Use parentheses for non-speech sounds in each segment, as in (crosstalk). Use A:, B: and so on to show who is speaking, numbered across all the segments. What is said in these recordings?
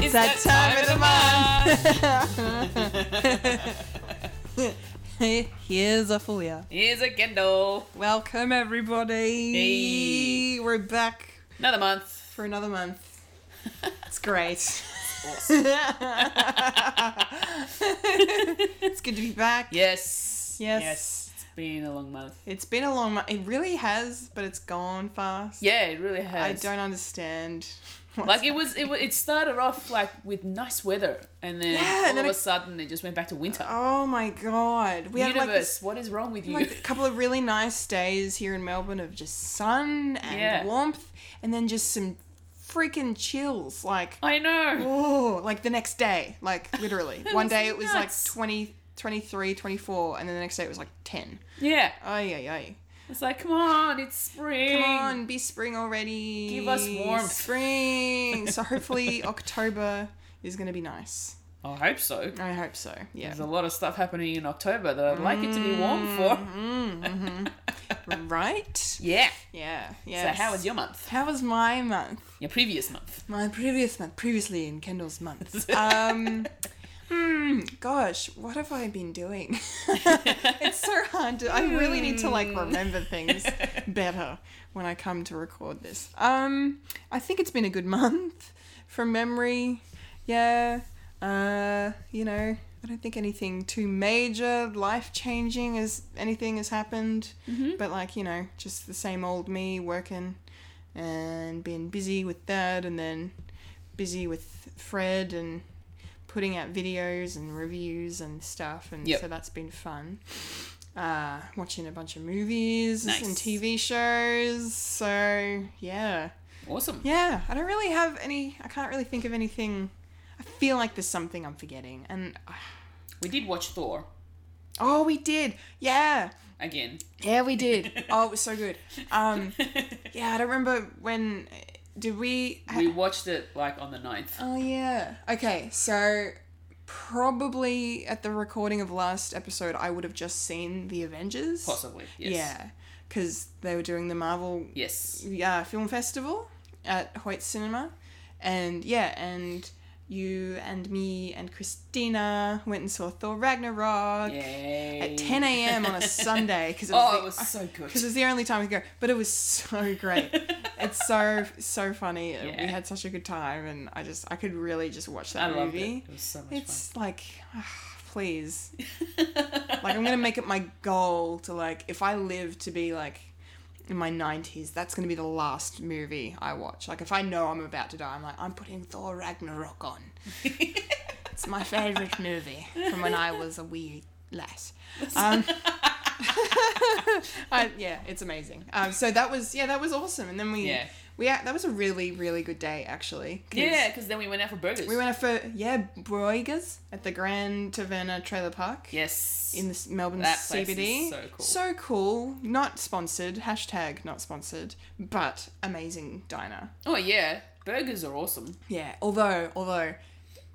A: It's that time of the
B: (laughs) Here's a folia.
A: Here's a Kendall.
B: Welcome everybody.
A: Hey.
B: We're back
A: Another month.
B: for another
A: (laughs)
B: month. It's great. (laughs) it's good to be back.
A: Yes.
B: Yes.
A: It's been a long month.
B: It's been a long month. It really has, but it's gone fast.
A: Yeah, it really
B: I
A: has.
B: don't understand. what's-
A: Like it was, it wa- it started off like with nice weather, and then
B: Yeah, and
A: all
B: then
A: of
B: it-
A: a sudden it just went back to winter.
B: Oh my god. We had
A: Universe,
B: like this
A: what is wrong with you?
B: like a couple of really nice days here in Melbourne of just sun and
A: Yeah.
B: warmth, and then just some freaking chills. Like,
A: (laughs) I know.
B: oh, like the next day, like
A: (laughs)
B: literally.
A: It
B: One
A: was
B: day it was
A: nuts.
B: like 20, 23, 24, and then the next day it was like 10.
A: Yeah,
B: Ay, ay, ay.
A: it's like come on, it's spring.
B: Come on, be spring already.
A: Give us warmth.
B: Spring.
A: (laughs)
B: so hopefully October is going to be nice.
A: I hope so.
B: I hope so. Yeah.
A: There's a lot of stuff happening in October that I'd like it to be warm for.
B: Mm. right?
A: Yeah.
B: Yeah.
A: So
B: Yeah.
A: how was your month?
B: How was my month?
A: Your previous month?
B: My previous month, previously in Kendall's month. Um, hmm, gosh, what have I been doing? (laughs) it's so hard to. I really need to like remember things better when I come to record this. Um, I think it's been a good month from memory. Yeah. Uh, you know, I don't think anything too major, life changing as anything has happened. But like you know, just the same old me working and being busy with that and then busy with Fred and putting out videos and reviews and stuff and
A: Yep.
B: so that's been fun. Uh, watching a bunch of movies
A: Nice.
B: and TV shows. So yeah.
A: Awesome.
B: Yeah, I don't really have any I can't really think of anything I feel like there's something I'm forgetting and
A: We did watch Thor
B: oh we did. Yeah.
A: again. (laughs)
B: Yeah, we did. oh, it was so good. Um yeah, I don't remember when did we
A: we watched it like on the 9th.
B: Oh yeah. Okay, so probably at the recording of last episode, I would have just seen the Avengers.
A: Possibly. Yes.
B: Yeah, because they were doing the Marvel
A: Yes.
B: yeah, film festival at Hoyt Cinema, and yeah, and you and me and Christina went and saw Thor Ragnarok.
A: Yay.
B: At 10
A: (laughs)
B: a.m. on a Sunday because it was,
A: Oh,
B: the-
A: it was so good.
B: because it's the only time we could go. But it was so
A: (laughs)
B: great. it's so so funny.
A: Yeah.
B: We had such a good time, and I just I could really just watch
A: I
B: that
A: loved
B: movie.
A: it. It was so much
B: It's like, ah, please,
A: fun. (laughs)
B: like I'm gonna make it my goal to like if I live to be like in my 90s that's going to be the last movie i watch like if i know i'm about to die i'm like i'm putting thor ragnarok
A: (laughs)
B: on it's my favorite movie from when i was a wee
A: (laughs)
B: lass um, (laughs) I, yeah it's amazing um, so that was yeah that was awesome and then we
A: Yeah.
B: we a- that was a really really good day actually 'cause
A: yeah, because then we went out for burgers.
B: we went out for yeah broigers at the grand taverna trailer park
A: Yes.
B: in the s- Melbourne
A: That
B: CBD.
A: place is so cool.
B: So cool. Not sponsored. Hashtag not sponsored. But amazing diner.
A: oh yeah, burgers are awesome.
B: (laughs) Yeah. Although, although,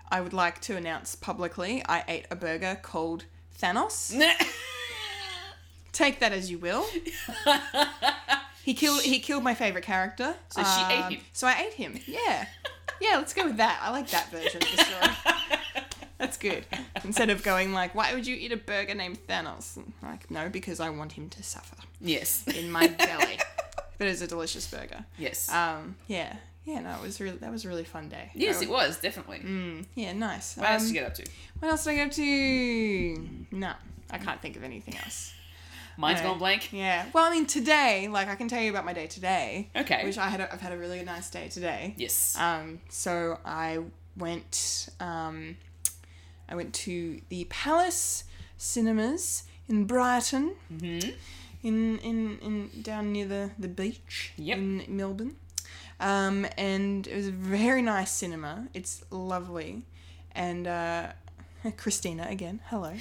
B: I would like to announce publicly, I ate a burger called Thanos. Take that as you
A: (laughs)
B: will. He killed. He killed my favorite character. Um,
A: So she ate him.
B: So I ate him. Yeah. Yeah. Let's go with that. I like that version of the story.
A: (laughs)
B: That's good. Instead of going like, why would you eat a burger named Thanos? Like, no, because I want him to suffer.
A: yes.
B: in my
A: (laughs)
B: belly. but it was a delicious burger.
A: Yes.
B: Um, yeah, yeah, no, it was really that was a really fun day.
A: yes,
B: Um,
A: it was definitely.
B: yeah, nice.
A: What else did
B: Um,
A: you get up to?
B: what else did I get up to? No, I can't think of anything else.
A: Mine's
B: no.
A: gone blank.
B: (laughs) Yeah, well, I mean, today, like, I can tell you about my day today,
A: Okay.
B: which I had. A, I've had a really nice day today.
A: yes.
B: Um, so I went, um, I went to the Palace Cinemas in Brighton,
A: Mhm.
B: in, in in down near the the beach
A: Yep.
B: in Melbourne, um, and it was a very nice cinema. It's lovely, and uh, (laughs) Christina again,
A: (laughs)
B: hello.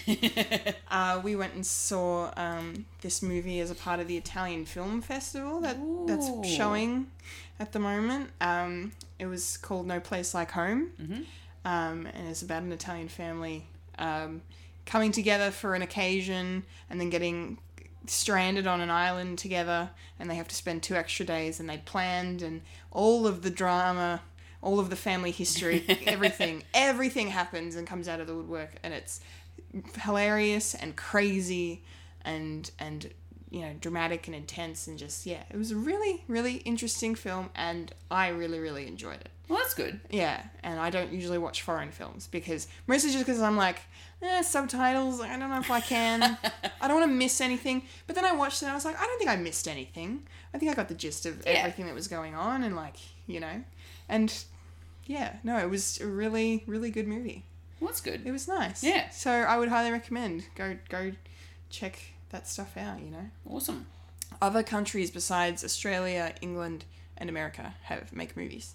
B: Uh, we went and saw um, this movie as a part of the Italian Film Festival that that's
A: Ooh.
B: showing at the moment. Um, it was called No Place Like Home,
A: Mhm.
B: um, and it's about an Italian family um, coming together for an occasion and then getting stranded on an island together, and they have to spend two extra days, and they planned and all of the drama. all of the family history, everything, everything happens and comes out of the woodwork, and it's hilarious and crazy, and and you know dramatic and intense and just yeah, it was a really really interesting film, and I really really enjoyed it.
A: Well, that's good.
B: Yeah, and I don't usually watch foreign films because mostly just because I'm like eh, subtitles. I don't know if I
A: (laughs)
B: can. I don't want to miss anything. But then I watched it and I was like, I don't think I missed anything. I think I got the gist of
A: Yeah.
B: everything that was going on and like you know, and yeah, no, it was a really really good movie.
A: Well, that's good.
B: It was nice.
A: Yeah.
B: So I would highly recommend go go check that stuff out. You know,
A: Awesome.
B: other countries besides Australia, England, and America have make movies.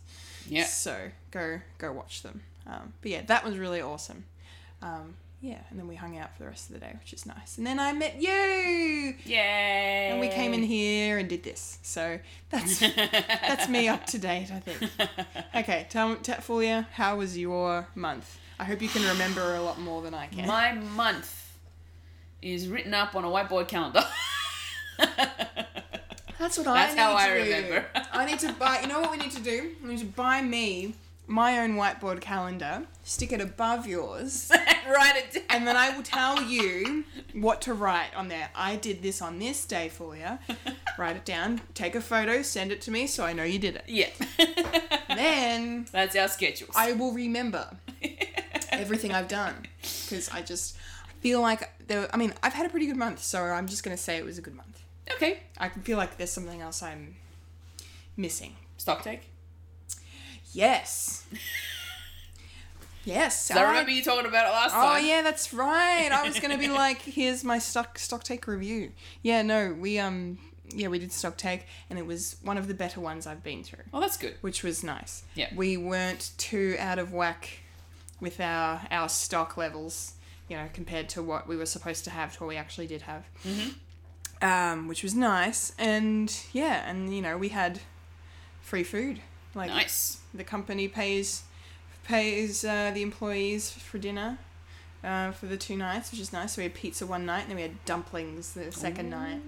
A: Yeah.
B: So go go watch them. Um, but yeah, that was really awesome. Um, yeah, and then we hung out for the rest of the day, which is nice. And then I met you,
A: Yay.
B: and we came in here and did this. So
A: (laughs)
B: that's that's me up to date, I think. Okay, tell me, Fulia, how was your month? I hope you can remember a lot more than I can.
A: My month is written up on a whiteboard calendar. (laughs)
B: That's what
A: That's
B: I
A: how
B: need
A: I
B: to do.
A: remember.
B: (laughs) I need to buy. You know what we need to do? We need to buy me my own whiteboard calendar, stick it above
A: (laughs)
B: yours,
A: Write it down.
B: and then I will tell you what to write on there. I did this on this day for
A: (laughs)
B: you. write it down, take a photo, send it to me so I know you did it.
A: Yeah. (laughs)
B: Then
A: That's our schedules.
B: I will remember
A: (laughs)
B: everything I've done because I just feel like there. I mean, I've had a pretty good month, so I'm just gonna say it was a good month.
A: okay.
B: I can feel like there's something else I'm missing.
A: Stock take. (laughs)
B: Yes. yes.
A: I
B: I-
A: remember you talking about it last
B: Oh
A: time.
B: yeah, that's right. I was gonna be like, here's my stock stock take review. Yeah, no, we um yeah, we did stock take and it was one of the better ones I've been through,
A: Well, that's good.
B: which was nice.
A: Yeah.
B: We weren't too out of whack with our our stock levels, you know, compared to what we were supposed to have to what we actually did have. Mm-hmm. Um, which was nice. And yeah, and you know, we had free food. Like
A: Nice.
B: the company pays pays uh, the employees for dinner uh, for the two nights, which is nice. So we had pizza one night, and then we had dumplings the second night,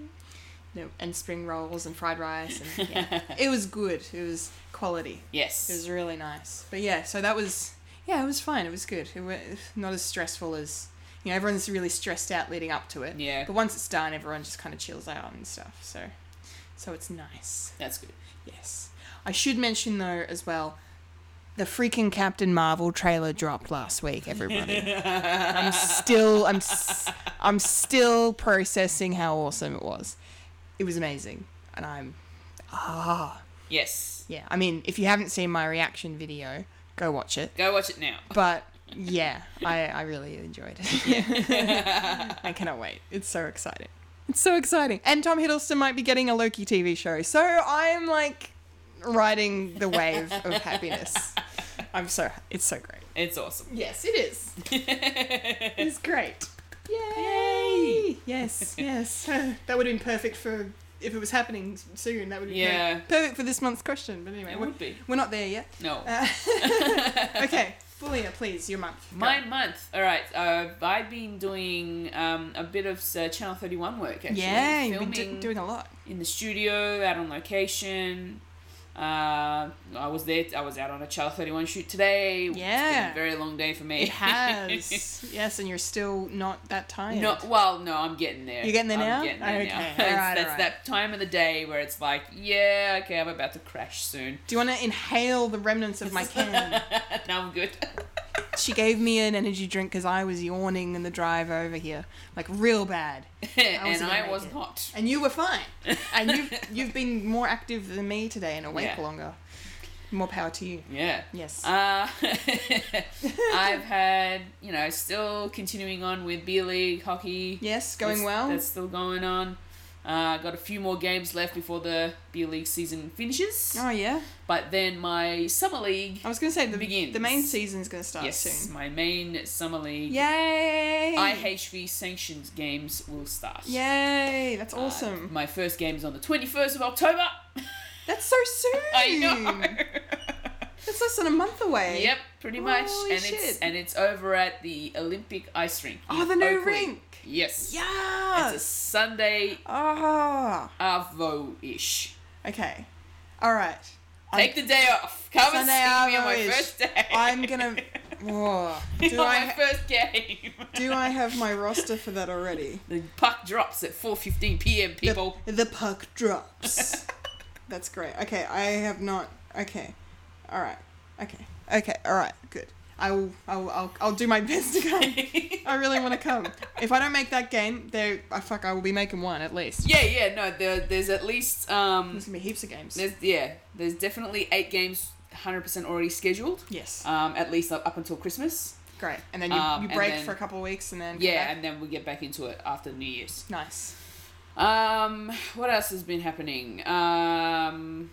B: No, and spring rolls and fried rice. And, yeah. it was good. It was quality. It
A: Yes.
B: was really nice. But yeah, so that was yeah, it was fine. It was good. It was not as stressful as you know. Everyone's really stressed out leading up to it.
A: Yeah.
B: But once it's done, everyone just kind of chills out and stuff. So, so it's nice.
A: That's good.
B: Yes. I should mention though as well, the freaking Captain Marvel trailer dropped last week, everybody. I'm still I'm s- I'm still processing how awesome it was. It was amazing. And I'm ah,
A: Yes.
B: yeah. I mean, if you haven't seen my reaction video, go watch it.
A: Go watch it now.
B: But yeah, I I really enjoyed it. (laughs) I cannot wait. It's so exciting. It's so exciting. And Tom Hiddleston might be getting a Loki TV show. So I'm like riding the wave of happiness. I'm so it's so great.
A: It's awesome.
B: Yes, it is. (laughs) It's great.
A: Yay!
B: Yes, yes. (laughs) that would have been perfect for if it was happening soon. That would be
A: Yeah.
B: perfect for this month's question. But anyway,
A: It
B: we're,
A: would be.
B: we're not there yet.
A: No.
B: Uh, (laughs) okay, Fulia, please, your month. Go.
A: My month. All right. Uh, I've been doing um, a bit of uh, Channel Thirty One work. Actually.
B: Yeah, you've been
A: filming
B: do- doing a
A: (laughs)
B: lot.
A: in the studio, out on location. Uh, I was there. I was out on a Channel Thirty One shoot today. It's been
B: Yeah.
A: a very long day for me.
B: It has. yes, and you're still not that tired.
A: (laughs) No, well, no, I'm getting there.
B: You're getting there
A: I'm
B: now?
A: Getting there
B: Okay,
A: now.
B: alright,
A: (laughs) It's- that's
B: alright.
A: that time of the day where it's like, yeah, okay, I'm about to crash soon. (laughs)
B: Do you want to inhale the remnants of my can?
A: now I'm good. (laughs)
B: she gave me an energy drink because I was yawning in the drive over here, like real bad,
A: and
B: gonna
A: I
B: make
A: was
B: it.
A: not.
B: and you were
A: (laughs)
B: fine. And you've you've been more active than me today and awake
A: Yeah.
B: longer. More power to you.
A: Yeah.
B: Yes.
A: Uh, (laughs) I've had, you know, still continuing on with B League hockey.
B: yes, going
A: That's-
B: well.
A: That's still going on. Uh, got a few more games left before the B League season finishes.
B: Oh yeah.
A: But then my summer league.
B: I was gonna say the
A: Begins.
B: the main season's gonna start
A: yes,
B: soon.
A: my main summer league.
B: Yay!
A: IHV sanctions games will start.
B: Yay! That's
A: Uh,
B: awesome.
A: my first game is on the 21st of October. (laughs)
B: That's so soon.
A: I know.
B: That's less than a month away.
A: yep, pretty much.
B: Holy
A: and it's
B: shit.
A: and it's over at the Olympic ice rink.
B: Oh,
A: in
B: the new
A: Oakley.
B: rink.
A: Yes. It's a
B: Yes.
A: Sunday
B: Ah.
A: Arvo ish.
B: Okay. All right.
A: Take the day off. Come
B: Sunday
A: and see me
B: I'm
A: on my
B: always-
A: first day.
B: (laughs) I'm
A: (laughs)
B: gonna. Woah. do I
A: on my
B: ha-
A: first game. (laughs)
B: do I have my roster for that already?
A: The puck drops at 4:15 p.m.
B: The- (laughs)
A: People.
B: The, puck
A: (laughs)
B: drops. That's great. Okay, I have not. Okay, all right. Okay, okay, all right. Good. I will. I will. I'll, I'll do my best to come. I really want to come. If I don't make that game, there. I fuck. I will be making one at least.
A: yeah, yeah, no. There, there's at least um,
B: There's gonna be heaps of games.
A: there's yeah, there's definitely eight games, hundred percent already scheduled.
B: Yes.
A: Um, at least up, up until Christmas.
B: great. And then you,
A: um,
B: you
A: and
B: break
A: then-
B: for a couple of weeks and then come
A: Yeah,
B: back.
A: and then we get back into it after New Year's.
B: Nice.
A: Um, what else has been happening? Um,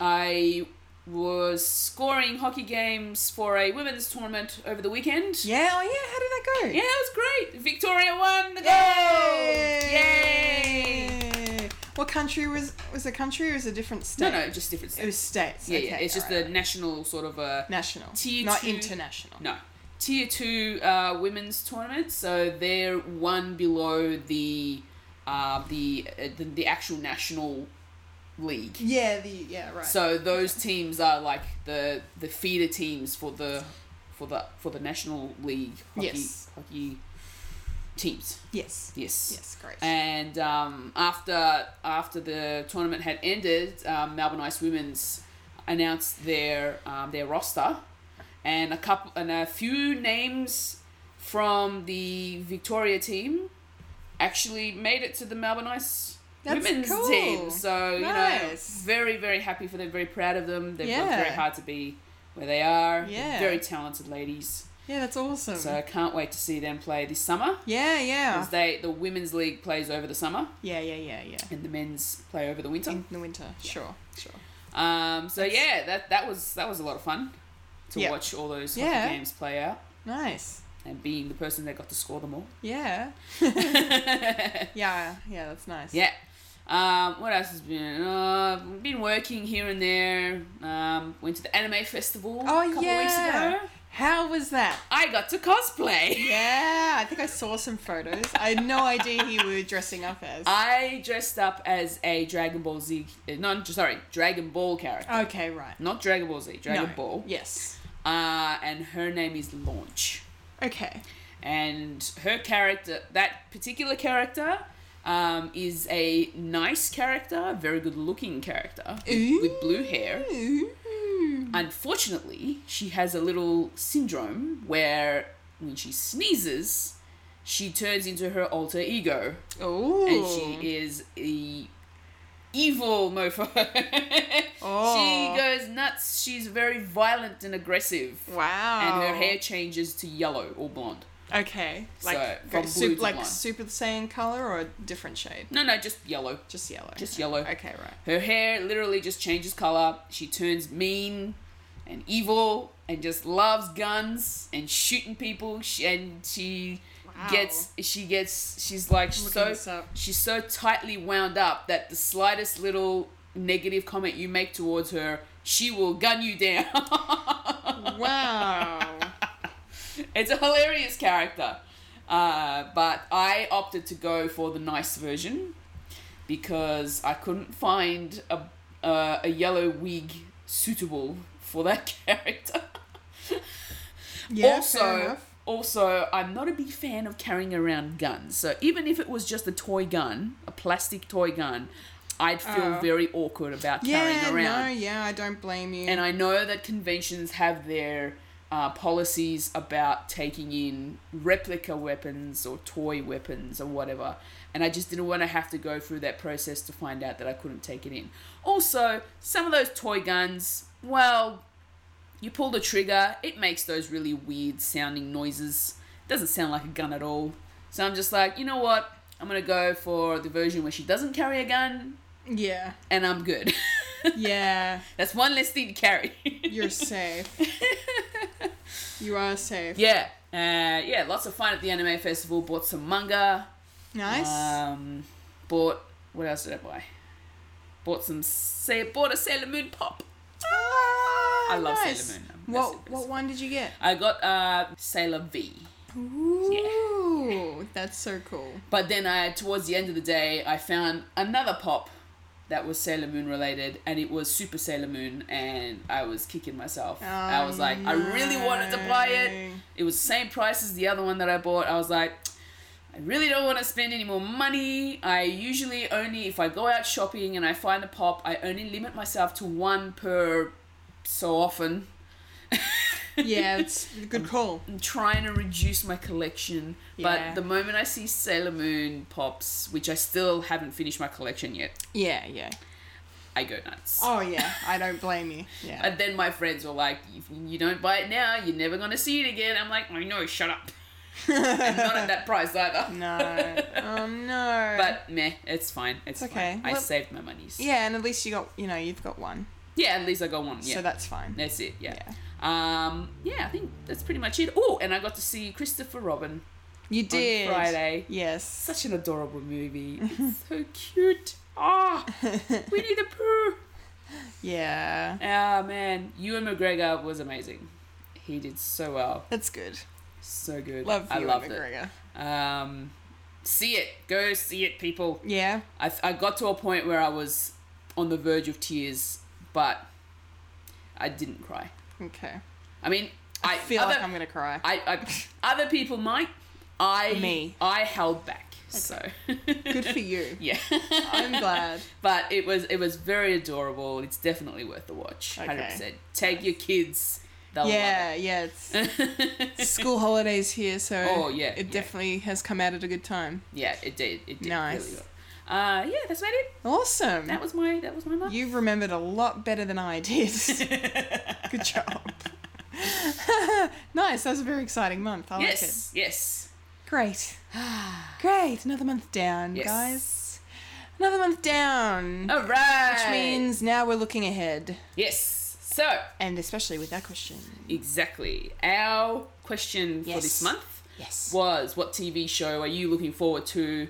A: I was scoring hockey games for a women's tournament over the weekend.
B: Yeah. Oh yeah. How did that go?
A: Yeah, it was great. Victoria won the gold. Yay!
B: Yay! What country was was a country or was a different state?
A: No, no, just different
B: It
A: states.
B: was states.
A: yeah,
B: okay,
A: yeah. It's just
B: alright.
A: the national sort of a
B: national,
A: tier
B: not
A: two-
B: international.
A: no tier two uh, women's tournament. So they're one below the uh, the, uh, the the actual national league.
B: Yeah. The yeah right.
A: So those teams are like the the feeder teams for the for the for the national league hockey
B: Yes.
A: hockey teams.
B: yes.
A: Yes.
B: Yes. Great.
A: And um, after after the tournament had ended, um, Melbourne Ice Women's announced their um, their roster, and a couple and a few names from the Victoria team actually made it to the Melbourne Ice
B: That's
A: Women's
B: cool.
A: team. So you know,
B: Nice.
A: very very happy for them. Very proud of them. They've worked
B: Yeah.
A: very hard to be where they are.
B: Yeah.
A: very talented ladies.
B: yeah, that's awesome.
A: So I can't wait to see them play this summer.
B: yeah. Yeah.
A: Because they the women's league plays over the summer
B: Yeah. Yeah. Yeah. Yeah.
A: and the men's play over the winter.
B: In the winter. Sure. Sure.
A: Um, so
B: That's-
A: yeah, that that was that was a lot of fun to
B: Yeah.
A: watch all those
B: Yeah.
A: hockey games play out
B: Nice.
A: and being the person that got to score them all. (laughs)
B: Yeah. yeah. Yeah. That's nice.
A: Yeah. Um, what else has been? Uh, been working here and there. Um, went to the anime festival
B: Oh,
A: a couple
B: yeah.
A: weeks ago.
B: How was that?
A: I got to cosplay.
B: Yeah, I think I saw some photos. I had no idea who you were dressing up as.
A: I dressed up as a Dragon Ball Z, uh, not sorry, Dragon Ball character,
B: okay, right.
A: not Dragon Ball Z, Dragon
B: No.
A: Ball.
B: Yes.
A: Uh, and her name is Launch.
B: Okay.
A: And her character, that particular character, um, is a nice character, a very good looking character with, with blue hair. Unfortunately, she has a little syndrome where when she sneezes, she turns into her alter ego.
B: Oh.
A: And she is a evil mofo. (laughs)
B: Oh.
A: She goes nuts. She's very violent and aggressive
B: Wow.
A: and her hair changes to yellow or blonde.
B: Okay.
A: So,
B: Like
A: from
B: go-
A: blue
B: sup-
A: to
B: like
A: blonde.
B: super saiyan color or a different shade?
A: No, no, just yellow.
B: Just yellow.
A: Just yellow.
B: Okay, right.
A: Her hair literally just changes color. She turns mean and evil and just loves guns and shooting people. She, and she
B: Wow.
A: gets, she gets, she's like
B: Looking
A: so,
B: this up.
A: she's so tightly wound up that the slightest little negative comment you make towards her, she will gun you down. (laughs)
B: Wow.
A: It's a hilarious character. Uh, but I opted to go for the nice version because I couldn't find a, uh, a yellow wig suitable for that (laughs) character.
B: yeah, fair
A: also,
B: enough.
A: also, I'm not a big fan of carrying around guns. So even if it was just a toy gun, a plastic toy gun, I'd feel
B: Oh.
A: very awkward about
B: Yeah,
A: carrying around.
B: no, yeah, I don't blame you.
A: And I know that conventions have their uh, policies about taking in replica weapons or toy weapons or whatever. And I just didn't want to have to go through that process to find out that I couldn't take it in. Also, some of those toy guns, well, you pull the trigger, it makes those really weird sounding noises. Doesn't sound like a gun at all. So I'm just like, you know what? I'm going to go for the version where she doesn't carry a gun
B: yeah.
A: and I'm good. (laughs)
B: Yeah.
A: That's one less thing to carry. (laughs)
B: You're safe. you are safe.
A: Yeah. Uh, yeah, lots of fun at the anime festival. Bought some manga.
B: Nice.
A: Um, bought what else did I buy? Bought some say bought a Sailor Moon pop.
B: Ah,
A: I love
B: nice.
A: Sailor Moon. I'm
B: What
A: obsessed with
B: what
A: this.
B: one did you get?
A: I got uh Sailor V.
B: Ooh, that's so cool.
A: But then I towards the end of the day I found another pop that was Sailor Moon related, and it was Super Sailor Moon, and I was kicking myself. I was like, I really wanted to buy it. It was the same price as the other one that I bought. I was like, I really don't want to spend any more money. I usually only, if I go out shopping and I find a pop, I only limit myself to one per so often.
B: Yeah, it's a
A: (laughs)
B: good call.
A: I'm trying to reduce my collection,
B: Yeah.
A: but the moment I see Sailor Moon pops, which I still haven't finished my collection yet,
B: Yeah, yeah.
A: I go nuts.
B: Oh yeah, I don't blame you. Yeah.
A: And then my friends were like, if you don't buy it now, you're never going to see it again. I'm like, I know,
B: (laughs)
A: shut up. And not at that price either. (laughs)
B: no. Oh no.
A: But meh, it's fine. It's,
B: It's okay.
A: okay. I
B: Well-
A: saved my monies. Yeah.
B: yeah, and at least you got you know you've got one,
A: at least I got one. Yeah.
B: so that's fine.
A: that's it. Yeah.
B: Yeah.
A: Um, yeah, I think that's pretty much it. Oh, and I got to see Christopher Robin
B: You did.
A: on Friday.
B: Yes.
A: Such an
B: (laughs)
A: adorable movie. It's so cute. Ah, Winnie the Pooh.
B: Yeah.
A: Ah, man. Ewan McGregor was amazing. He did so well.
B: That's good.
A: So good.
B: Love
A: I
B: you,
A: loved it.
B: McGregor.
A: Um, see it. Go see it, people.
B: Yeah.
A: I, I got to a point where I was on the verge of tears, but I didn't cry.
B: Okay.
A: I mean,
B: I,
A: I,
B: feel
A: other,
B: like I'm gonna cry.
A: I, I, other people might. I
B: Me.
A: I held back. So (laughs)
B: good for you.
A: yeah,
B: I'm glad.
A: but it was it was very adorable. It's definitely worth the watch. Hundred
B: Okay.
A: percent. Take your kids. (laughs) They'll
B: yeah. Yeah. It's
A: Love it. (laughs)
B: school holidays here, so
A: Oh, yeah,
B: it
A: yeah.
B: definitely has come out at a good time.
A: yeah, it did. It did.
B: Nice.
A: Really well. uh, yeah, that's about it.
B: Awesome.
A: That was my that was my month.
B: you remembered a lot better than I
A: (laughs)
B: did. good job. (laughs) nice. That was a very exciting month. I like it.
A: yes, yes. (sighs)
B: Great. Great. Another month down,
A: Yes.
B: guys. Another month down.
A: All right.
B: Which means now we're looking ahead.
A: yes. So
B: And especially with that question.
A: exactly, our question for
B: Yes.
A: this month
B: Yes.
A: was: What TV show are you looking forward to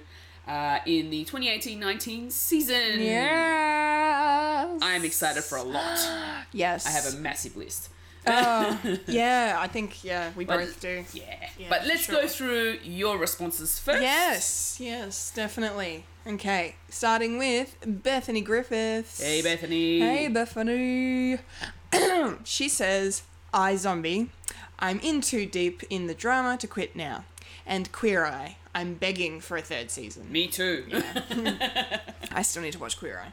A: uh, in the 2018-19 season?
B: Yes.
A: I am excited for a lot.
B: (gasps) Yes.
A: I have a massive list.
B: (laughs) Oh, yeah, I think, yeah, we
A: But-
B: both do.
A: Yeah.
B: Yeah,
A: but let's
B: sure.
A: go through your responses first.
B: Yes, yes, definitely. Okay, starting with Bethany Griffiths.
A: Hey, Bethany.
B: Hey, Bethany. (clears throat) she says, I zombie. I'm in too deep in the drama to quit now. And Queer Eye. I'm begging for a third season.
A: Me too.
B: I still need to watch Queer Eye.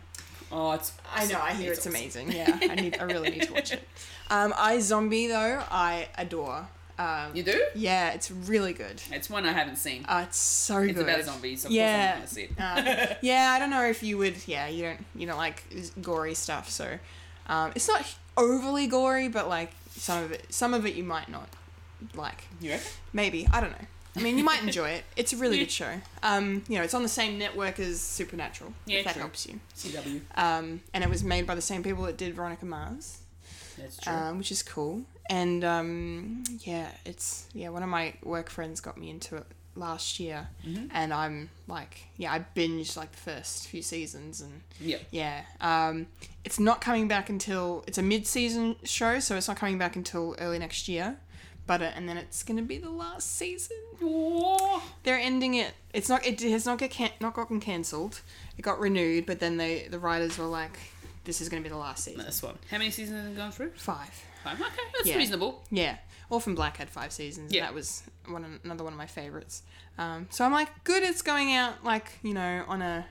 A: oh, it's.
B: (laughs) I know, I hear it's
A: awesome.
B: amazing. Yeah, I, need, I really need to watch (laughs) it. Um, I Zombie, though, I adore. Um,
A: You do?
B: yeah, it's really good.
A: It's one I haven't seen.
B: Uh, it's so
A: it's
B: good.
A: about zombies. Of
B: Yeah.
A: course I'm (laughs)
B: Uh, yeah, I don't know if you would. Yeah, you don't. You don't like z- gory stuff, so um, it's not overly gory, but like some of it, some of it you might not like.
A: gonna see it.
B: Maybe I don't know. I mean, you might enjoy it. It's a really good show. Um, you know, it's on the same network as Supernatural.
A: Yeah,
B: if that
A: true.
B: helps you.
A: You reckon? CW.
B: Um, and it was made by the same people that did Veronica Mars,
A: That's true.
B: um, which is cool. And um, yeah, it's yeah. One of my work friends got me into it last year, and I'm like, yeah, I binged like the first few seasons and.
A: yeah.
B: Yeah. Um, it's not coming back until it's a mid-season show, so it's not coming back until early next year. But uh, and then it's gonna be the last season. They're ending it. It's not. It has not get can- not gotten cancelled. It got renewed, but then they the writers were like, "This is gonna be the last season."
A: This one. How many seasons have gone through?
B: Five.
A: Five. Okay, that's
B: Yeah.
A: reasonable.
B: Yeah. Orphan Black had five seasons.
A: Yeah.
B: And that was one another one of my favorites. Um, so I'm like, good. It's going out like you know on a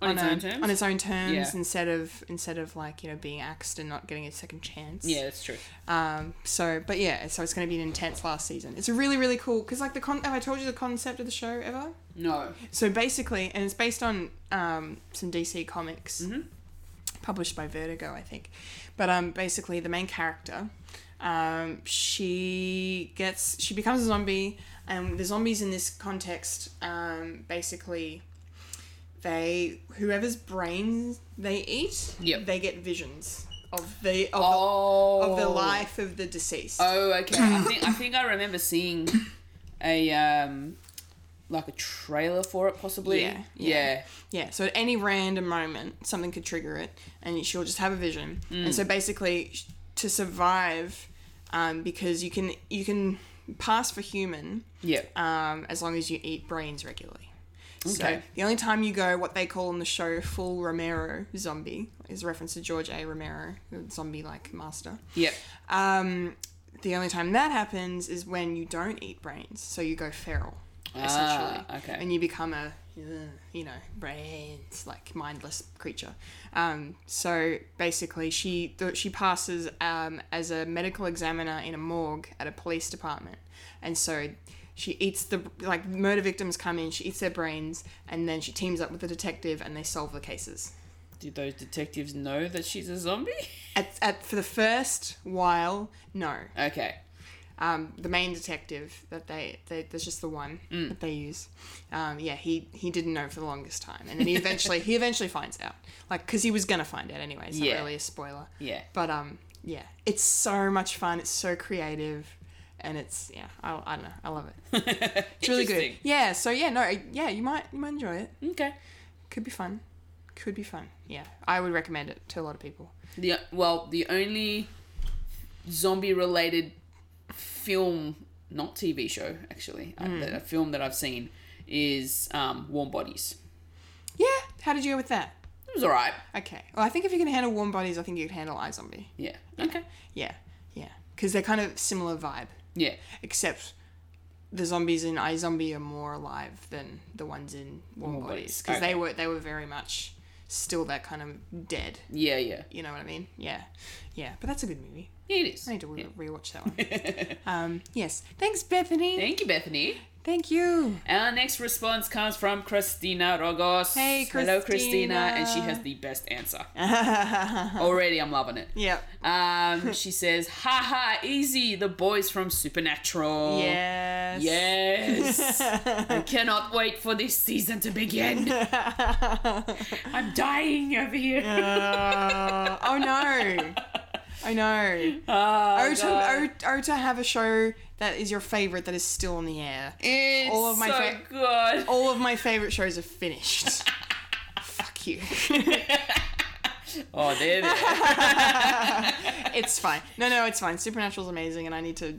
A: On, its
B: a-
A: own terms.
B: on its own terms
A: Yeah.
B: instead of instead of like you know being axed and not getting a second chance.
A: yeah, that's true.
B: Um. So, but yeah. So it's going to be an intense last season. It's really really cool because like the con. Have I told you the concept of the show ever?
A: No.
B: So basically, and it's based on um, some DC comics
A: Mm-hmm.
B: published by Vertigo, I think. But um, basically, the main character, um, she gets she becomes a zombie, and the zombies in this context, um, basically, they whoever's brains they eat,
A: Yep.
B: they get visions of the of,
A: Oh.
B: the, of the life of the deceased.
A: Oh, okay. I think I think I remember seeing a um like a trailer for it possibly.
B: Yeah,
A: Yeah.
B: Yeah, so at any random moment, something could trigger it, and she'll just have a vision. And
A: Mm.
B: so basically, sh- to survive, um, because you can you can pass for human
A: Yeah.
B: um, as long as you eat brains regularly. So
A: Okay.
B: the only time you go what they call in the show full Romero zombie is a reference to George A. Romero, the zombie like master.
A: Yep.
B: Um, the only time that happens is when you don't eat brains, so you go feral, essentially,
A: Ah, okay.
B: and you become a uh, you know brains like mindless creature. Um, so basically, she th- she passes um, as a medical examiner in a morgue at a police department, and so. She eats the like murder victims come in. She eats their brains, and then she teams up with the detective, and they solve the cases.
A: Do those detectives know that she's a zombie? (laughs)
B: At, at for the first while, no,
A: Okay.
B: um, the main detective that they, they there's just the one
A: Mm.
B: that they use. Um, yeah, he he didn't know for the longest time, and then he eventually he eventually finds out, like because he was gonna find out anyway. It's
A: Yeah.
B: not really a spoiler,
A: Yeah.
B: but um, yeah, it's so much fun. It's so creative, and it's yeah, I, I don't know, I love it.
A: (laughs)
B: It's really good.
A: Interesting.
B: Yeah, so yeah, no, yeah, you might you might enjoy it.
A: Okay.
B: Could be fun, could be fun. Yeah, I would recommend it to a lot of people.
A: The well, the only zombie-related film, not TV show, actually, uh, that- a film that I've seen is um, Warm Bodies.
B: Yeah, how did you go with that?
A: It was alright.
B: Okay, well, I think if you can handle warm bodies, I think you can handle iZombie. Zombie.
A: Yeah. Okay.
B: Yeah, yeah. Because they're kind of similar vibe,
A: Yeah.
B: except the zombies in iZombie are more alive than the ones in Warm
A: Warm
B: Bodies
A: Bodies,
B: because
A: okay.
B: they were they were very much still that kind of dead.
A: Yeah. Yeah.
B: You know what I mean? Yeah, yeah. But that's a good movie.
A: Yeah, it is.
B: I need to re- rewatch
A: (laughs)
B: that one. um, yes, thanks, Bethany.
A: Thank you, Bethany.
B: Thank
A: (laughs)
B: you.
A: Our next response comes from Christina Rogos.
B: Hey,
A: Hello, Christina. And she
B: Christina.
A: has the best answer. Already, I'm loving it.
B: Yeah.
A: Um,
B: (laughs)
A: she says, "Ha ha, easy. The boys from Supernatural.
B: Yes.
A: Oh. Yes. I cannot wait for this season to
B: (laughs)
A: begin. I'm dying over here.
B: (laughs) Uh, oh no. I know.
A: (laughs) Oh,
B: Oh to,
A: God.
B: oh, oh to have a show that is your favorite that is still in the air.
A: It's
B: all of my
A: so
B: fa-
A: good.
B: All of my favorite shows are finished.
A: (laughs)
B: Fuck you.
A: Oh, there, there.
B: (laughs) it's fine. No, no, it's fine. Supernatural's amazing, and I need to.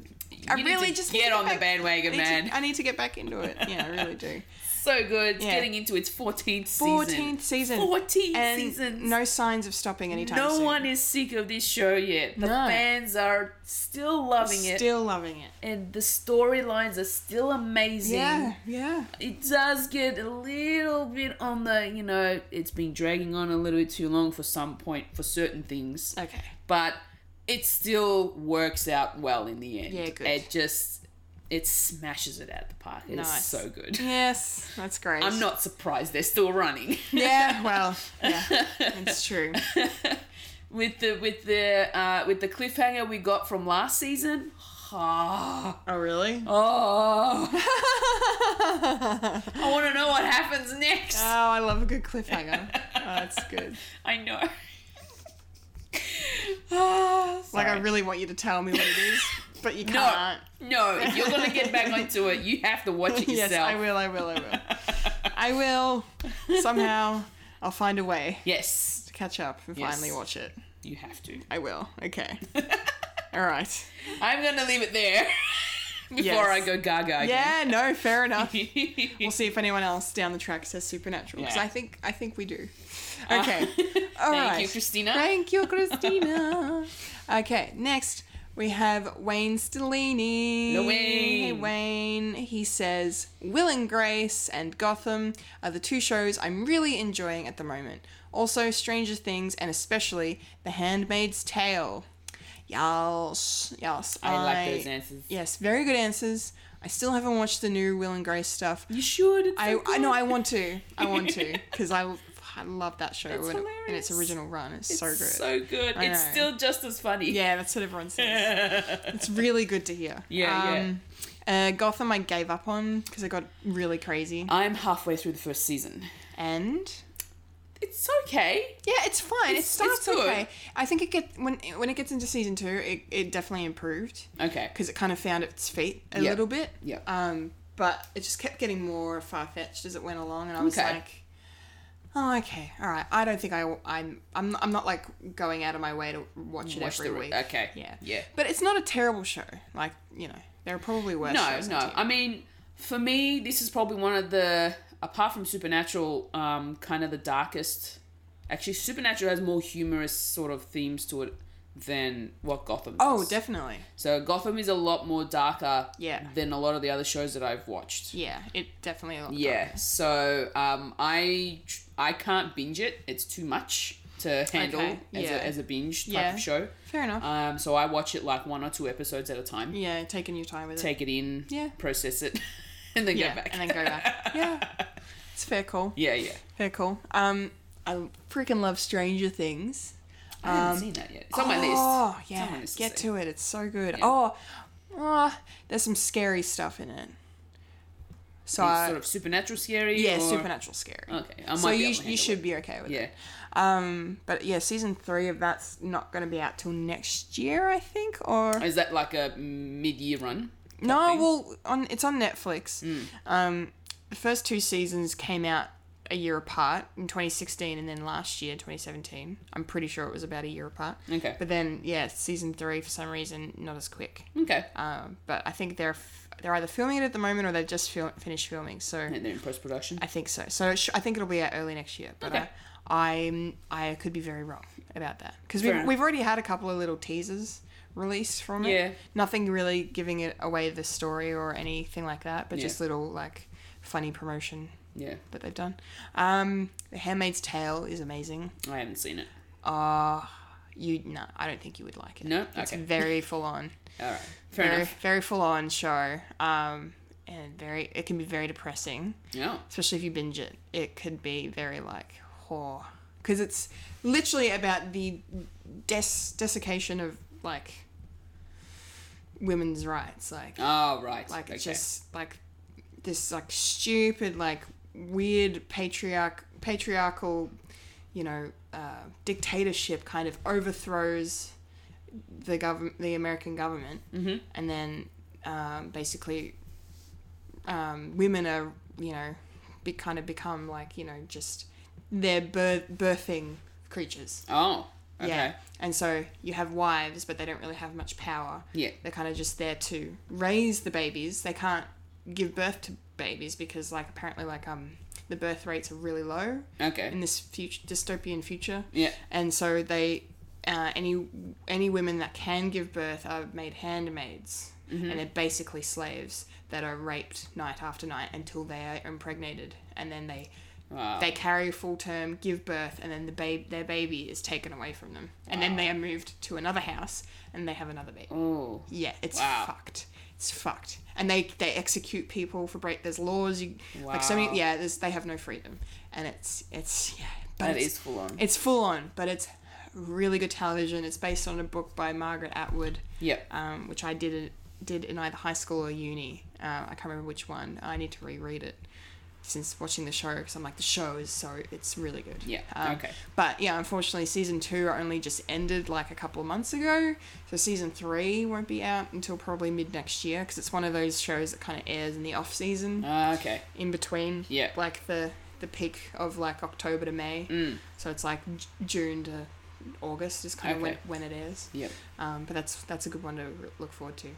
B: I
A: You need
B: really
A: to
B: just need
A: get
B: to
A: on the
B: back- I
A: bandwagon,
B: need to-
A: man.
B: I need to get back into it. Yeah, I really
A: (laughs)
B: do.
A: So good. It's
B: Yeah.
A: getting into its 14th season.
B: Fourteenth season.
A: 14
B: and
A: seasons.
B: No signs of stopping anytime
A: No
B: soon.
A: one is sick of this show yet. The
B: No.
A: fans are still loving it,
B: still loving it.
A: and the storylines are still amazing.
B: Yeah, yeah.
A: It does get a little bit on the, you know, it's been dragging on a little bit too long for some point for certain things,
B: Okay.
A: but it still works out well in the end.
B: Yeah, good.
A: It just it smashes it out the park. It's
B: Nice.
A: so good.
B: Yes, that's great.
A: I'm not surprised they're still running. (laughs)
B: Yeah, well, yeah, it's true.
A: with the with the uh, with the cliffhanger we got from last season. (sighs) Ah. (laughs)
B: Oh, really?
A: Oh,
B: oh,
A: I want to know what happens next.
B: I love a good
A: (laughs)
B: cliffhanger. Oh, that's good. (laughs)
A: I know. Ah,
B: Like, I
A: sorry.
B: really want you to tell me what it is, but you
A: no,
B: can't.
A: no. If you're gonna
B: (laughs)
A: get back onto it, you have to watch it yourself.
B: yes, I will, I will, I
A: (laughs)
B: will. (laughs) I will. Somehow, I'll find a way
A: Yes,
B: to catch up and
A: Yes.
B: finally watch it.
A: you have to. (laughs)
B: I will. Okay. All right.
A: I'm gonna leave it there (laughs) before
B: Yes.
A: I go gaga. Again.
B: Yeah, no, fair
A: (laughs)
B: enough.
A: Yeah.
B: We'll see if anyone else down the track says supernatural because
A: Yeah. Uh,
B: I think I think we do. Okay.
A: (laughs) Thank
B: All right.
A: you, Christina.
B: Thank you,
A: (laughs)
B: Christina. okay, next we have Wayne Stellini.
A: Hello,
B: Hey,
A: Wayne.
B: Wayne. He says, Will and Grace and Gotham are the two shows I'm really enjoying at the moment. Also, Stranger Things and especially The Handmaid's Tale. Yes, yes.
A: I like those answers.
B: Yes, very good answers. I still haven't watched the new Will and Grace stuff.
A: You should. It's
B: I,
A: so
B: I know
A: good.
B: I want to. I want
A: (laughs)
B: to because I, I love that show
A: It's
B: when it- in its
A: hilarious.
B: original run. It's, so good.
A: So good.
B: I
A: It's
B: know.
A: still just as funny.
B: yeah, that's what everyone says.
A: (laughs)
B: it's really good to hear.
A: Yeah, yeah.
B: yeah. Uh, Gotham, I gave up on because it got really crazy.
A: I'm halfway through the first season.
B: And
A: It's okay.
B: yeah, it's fine.
A: It's-
B: it starts
A: it's good.
B: okay. I think it get when when it gets into season two, it, it definitely improved
A: Okay.
B: because it kind of found its feet a
A: Yep.
B: little bit.
A: Yep.
B: Um, but it just kept getting more far fetched as it went along, and I was
A: Okay.
B: like, "Oh, okay, all right." I don't think I, I'm, I'm, I'm not like going out of my way to watch it
A: Watch
B: every
A: the-
B: week.
A: okay.
B: Yeah.
A: Yeah.
B: But it's not a terrible show. Like you know, there are probably worse.
A: No,
B: shows on
A: no.
B: TV.
A: I mean, for me, this is probably one of the apart from Supernatural, um, kind of the darkest. Actually, Supernatural has more humorous sort of themes to it than what Gotham.
B: Oh,
A: does.
B: definitely.
A: So Gotham is a lot more darker
B: Yeah.
A: than a lot of the other shows that I've watched.
B: Yeah, it definitely. a lot
A: Yeah. So um, I I can't binge it. It's too much to handle
B: Okay,
A: as,
B: yeah.
A: a, as a binge type
B: Yeah.
A: of show.
B: Fair enough.
A: Um, so I watch it like one or two episodes at a time.
B: yeah, taking your time with it.
A: Take it in,
B: Yeah.
A: process it, (laughs) and then
B: yeah,
A: go back.
B: and then go back. yeah, it's a fair call.
A: (laughs) yeah, yeah.
B: Fair call. Um, I freaking love Stranger Things.
A: I haven't seen that yet. It's on my list.
B: Oh
A: It's on my
B: yeah,
A: list
B: get
A: see.
B: to it. It's so good. Oh, oh, there's some scary stuff in it. So
A: It's
B: I,
A: sort of supernatural scary.
B: yeah,
A: or-
B: supernatural scary.
A: Okay, I might
B: so
A: be
B: you
A: able to
B: you
A: handle
B: should
A: it.
B: be okay with it.
A: Yeah,
B: Um, but yeah, season three of that's not going to be out till next year, I think, or
A: is that like a mid-year run?
B: no,
A: thing?
B: well, on it's on Netflix.
A: Mm.
B: Um, the first two seasons came out a year apart in 2016, and then last year, 2017. I'm pretty sure it was about a year apart.
A: Okay.
B: But then, yeah, season three for some reason not as quick.
A: Okay,
B: Um, but I think they're f- they're either filming it at the moment or they've just fil- finished filming. So
A: and they're in post-production.
B: I think so. So it sh- I think it'll be out early next year. But
A: Okay.
B: I, I'm I could be very wrong about that because
A: Fair
B: we've,
A: enough.
B: we've already had a couple of little teasers released from it.
A: Yeah.
B: Nothing really giving it away the story or anything like that, but
A: Yeah.
B: just little like funny promotion
A: Yeah,
B: that they've done. Um, the Handmaid's Tale is amazing.
A: I haven't seen it.
B: Uh you no, I don't think you would like it.
A: No?
B: it's
A: Okay.
B: very full on
A: All right, fair
B: very,
A: enough.
B: very full on show. Um, and very, it can be very depressing,
A: Yeah,
B: especially if you binge it. It could be very like, oh, because it's literally about the des- desiccation of like women's rights, like
A: oh right,
B: like
A: okay.
B: it's just like this like stupid like weird patriarch patriarchal you know uh, dictatorship kind of overthrows the government the american government
A: Mhm.
B: and then um, basically um, women are you know be kind of become like you know just they're birth- birthing creatures
A: Oh, okay,
B: yeah and so you have wives but they don't really have much power
A: yeah.
B: they're kind of just there to raise the babies. They can't give birth to babies because, like, apparently, like, um, the birth rates are really low
A: Okay.
B: in this future dystopian future,
A: Yeah.
B: and so they, uh, any any women that can give birth are made handmaids,
A: Mm-hmm.
B: and they're basically slaves that are raped night after night until they are impregnated, and then they
A: Wow.
B: they carry full term, give birth, and then the babe their baby is taken away from them, and then they are moved to another house and they have another baby.
A: oh.
B: Yeah, it's
A: Wow.
B: fucked. It's fucked. And they they execute people for break. There's laws. You like so
A: Wow.
B: many. Yeah, there's, they have no freedom, and it's it's yeah. But
A: That
B: it's,
A: is full on.
B: it's full on, but it's really good television. It's based on a book by Margaret Atwood,
A: Yeah.
B: um, which I did did in either high school or uni. Uh, I can't remember which one. I need to reread it since watching the show because I'm like the show is so it's really good.
A: Yeah.
B: Um,
A: okay.
B: But yeah, unfortunately, season two only just ended like a couple of months ago. So season three won't be out until probably mid next year because it's one of those shows that kind of airs in the off season,
A: Ah, okay.
B: in between,
A: Yeah.
B: like the the peak of like October to May.
A: Mm.
B: So it's like J- June to August is kind of
A: Okay.
B: when, when it airs.
A: Yep.
B: Um, but that's that's a good one to re- look forward to.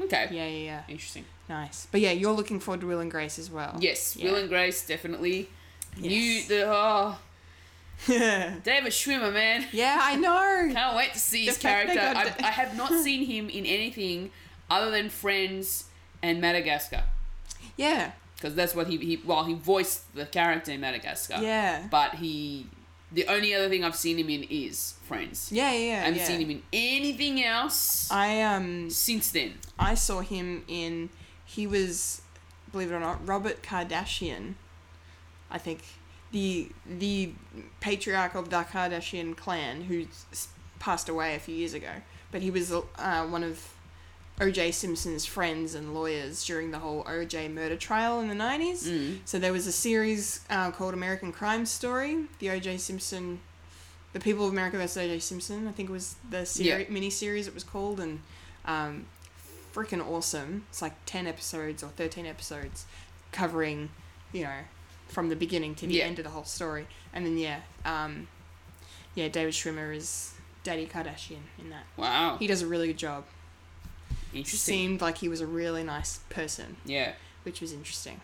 A: Okay.
B: Yeah, yeah, yeah.
A: Interesting.
B: Nice. But yeah, you're looking forward to Will and Grace as well.
A: Yes,
B: Oh, Yeah.
A: Will and Grace definitely.
B: Yes.
A: You the oh
B: (laughs) yeah,
A: David Schwimmer man.
B: I know.
A: Can't wait to see his
B: (laughs) The fact
A: character.
B: they
A: I,
B: got
A: I
B: (laughs)
A: have not seen him in anything other than Friends and Madagascar
B: Yeah,
A: because that's what he he well he voiced the character in Madagascar.
B: yeah.
A: But he the only other thing I've seen him in is Friends.
B: Yeah, yeah, yeah.
A: I haven't
B: yeah.
A: seen him in anything else
B: I um
A: since then.
B: I saw him in he was believe it or not Robert Kardashian, I think the the patriarch of the Kardashian clan who s- passed away a few years ago, but he was uh, one of O.J. Simpson's friends and lawyers during the whole O.J. murder trial in the nineties.
A: Mm.
B: So there was a series uh, called American Crime Story, the O.J. Simpson, the People of America vs. O.J. Simpson. I think was the
A: Yeah.
B: seri- mini series it was called, and um, freaking awesome. It's like ten episodes or thirteen episodes, covering, you know, from the beginning to the
A: Yeah.
B: end of the whole story. And then yeah, um, yeah, David Schwimmer is Daddy Kardashian in that.
A: Wow,
B: He does a really good job.
A: interesting.
B: Seemed like he was a really nice person,
A: Yeah.
B: which was interesting.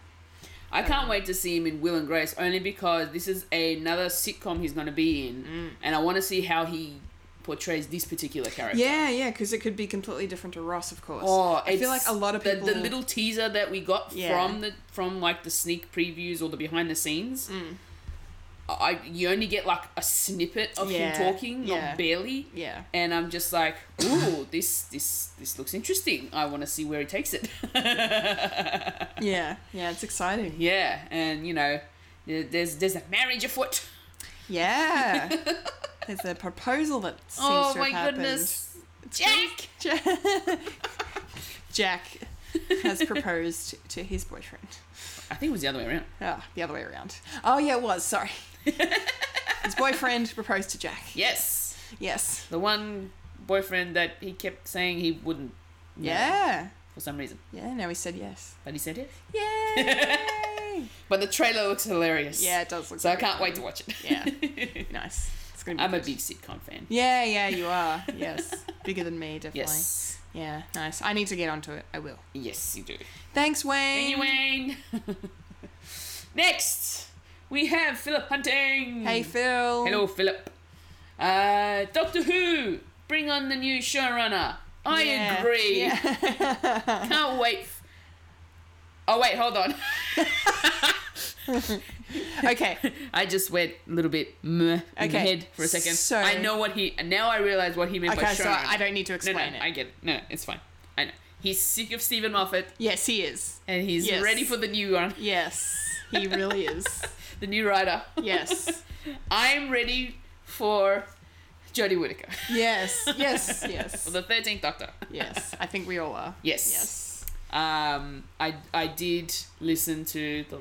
A: I can't wait to see him in Will and Grace only because this is another sitcom he's going to be in,
B: Mm.
A: and I want to see how he portrays this particular character.
B: Yeah, yeah, because it could be completely different to Ross, of course.
A: Oh,
B: I feel
A: it's-
B: like a lot of
A: the-
B: people.
A: The, little teaser that we got
B: Yeah.
A: from the from like the sneak previews or the behind the scenes.
B: Mm.
A: I you only get like a snippet of
B: Yeah,
A: him talking,
B: yeah.
A: not barely,
B: yeah.
A: and I'm just like, ooh, this this this looks interesting. I want to see where he takes it. (laughs)
B: Yeah, yeah, it's exciting.
A: yeah, and you know, there- there's there's a marriage afoot. (laughs)
B: Yeah. There's a proposal that seems
A: oh
B: to have
A: my
B: happened.
A: goodness,
B: It's
A: Jack.
B: Jack. Jack
A: (laughs)
B: has proposed to his boyfriend.
A: I think it was the other way around.
B: Oh, the other way around. Oh, yeah, it was.
A: (laughs)
B: Sorry. his boyfriend proposed to Jack.
A: Yes,
B: Yes.
A: the one boyfriend that he kept saying he wouldn't. marry
B: Yeah.
A: For some reason,
B: Yeah, now he said
A: (laughs)
B: yes.
A: but he said yes.
B: Yay!
A: But the trailer looks hilarious.
B: yeah, it does look
A: So I
B: good.
A: can't wait to watch it.
B: Yeah. Nice. It's going to be
A: I'm a
B: good.
A: big sitcom fan.
B: Yeah, yeah, you are.
A: (laughs)
B: Yes. Bigger than me, definitely.
A: Yes.
B: Yeah, nice. I need to get onto it. I will.
A: Yes, you do.
B: Thanks, Wayne.
A: Anyway. (laughs) Next, we have Philip Hunting.
B: Hey, Phil.
A: Hello, Philip. Uh, Doctor Who, bring on the new showrunner. I
B: Yeah,
A: agree. (laughs)
B: yeah.
A: Can't wait. Oh, wait, hold on. (laughs)
B: okay.
A: I just went a little bit meh in the
B: Okay,
A: head for a second.
B: so-
A: I know what he. Now I realize what he meant by
B: Okay,
A: showrunner.
B: so I don't need to
A: No,
B: explain
A: no,
B: it.
A: I get it. No, no, it's fine. I know. He's sick of Stephen Moffat,
B: Yes, he is.
A: and he's
B: Yes.
A: ready for the new one,
B: Yes, he really is.
A: the new writer.
B: Yes.
A: I'm ready for Jodie Whittaker
B: Yes, yes, yes.
A: for the Thirteenth Doctor.
B: Yes, I think we all are.
A: Yes.
B: Yes.
A: Um, I I did listen to the,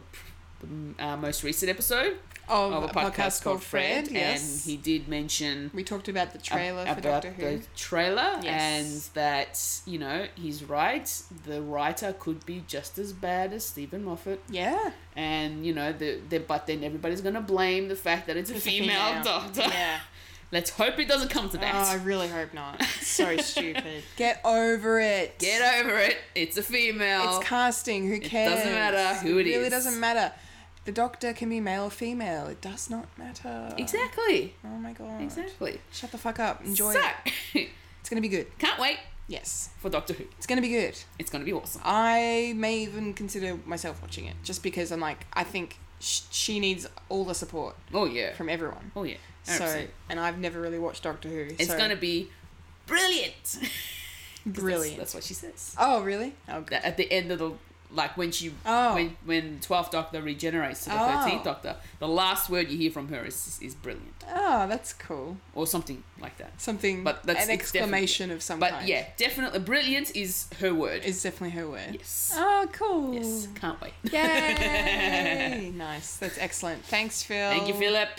A: the uh, most recent episode
B: Of,
A: of a podcast, called Fred,
B: yes.
A: and he did mention
B: we talked about the
A: ab-
B: trailer for
A: about
B: Doctor Who.
A: the trailer
B: Yes.
A: and that you know he's right. The writer could be just as bad as Stephen Moffat. (laughs)
B: Yeah.
A: and you know the, the but then everybody's gonna blame the fact that it's a,
B: It's a
A: female, doctor.
B: Yeah.
A: (laughs) Let's hope it doesn't come to that.
B: Oh, I really hope not. So
A: (laughs)
B: stupid. Get over it.
A: Get over it. It's a female.
B: It's casting. Who cares?
A: doesn't matter who it
B: It really
A: is.
B: doesn't matter. The doctor can be male or female. It does not matter.
A: exactly.
B: Oh my god.
A: Exactly.
B: Shut the fuck up. Enjoy
A: so,
B: it. It's gonna be good.
A: can't wait
B: Yes.
A: for Doctor Who.
B: It's gonna be good.
A: It's gonna be awesome.
B: I may even consider myself watching it just because I'm like, I think sh- she needs all the support
A: Oh yeah.
B: from everyone.
A: Oh yeah.
B: So,
A: 100%.
B: and I've never really watched Doctor Who.
A: it's
B: so
A: gonna be brilliant. (laughs) 'Cause that's-
B: brilliant.
A: That's, what she says.
B: Oh really? Oh good.
A: That- At the end of the like when she
B: Oh.
A: when when twelfth Doctor regenerates to the
B: Oh.
A: thirteenth Doctor, the last word you hear from her is is brilliant
B: Oh, that's cool.
A: or something like that.
B: Something.
A: But that's-
B: an
A: it's definitely-
B: exclamation of some
A: But
B: kind.
A: yeah, definitely brilliant is her word.
B: is definitely her word.
A: yes.
B: Oh, cool.
A: Yes. Can't wait.
B: Yay! (laughs) nice. That's excellent. Thanks, Phil.
A: Thank you, Philip.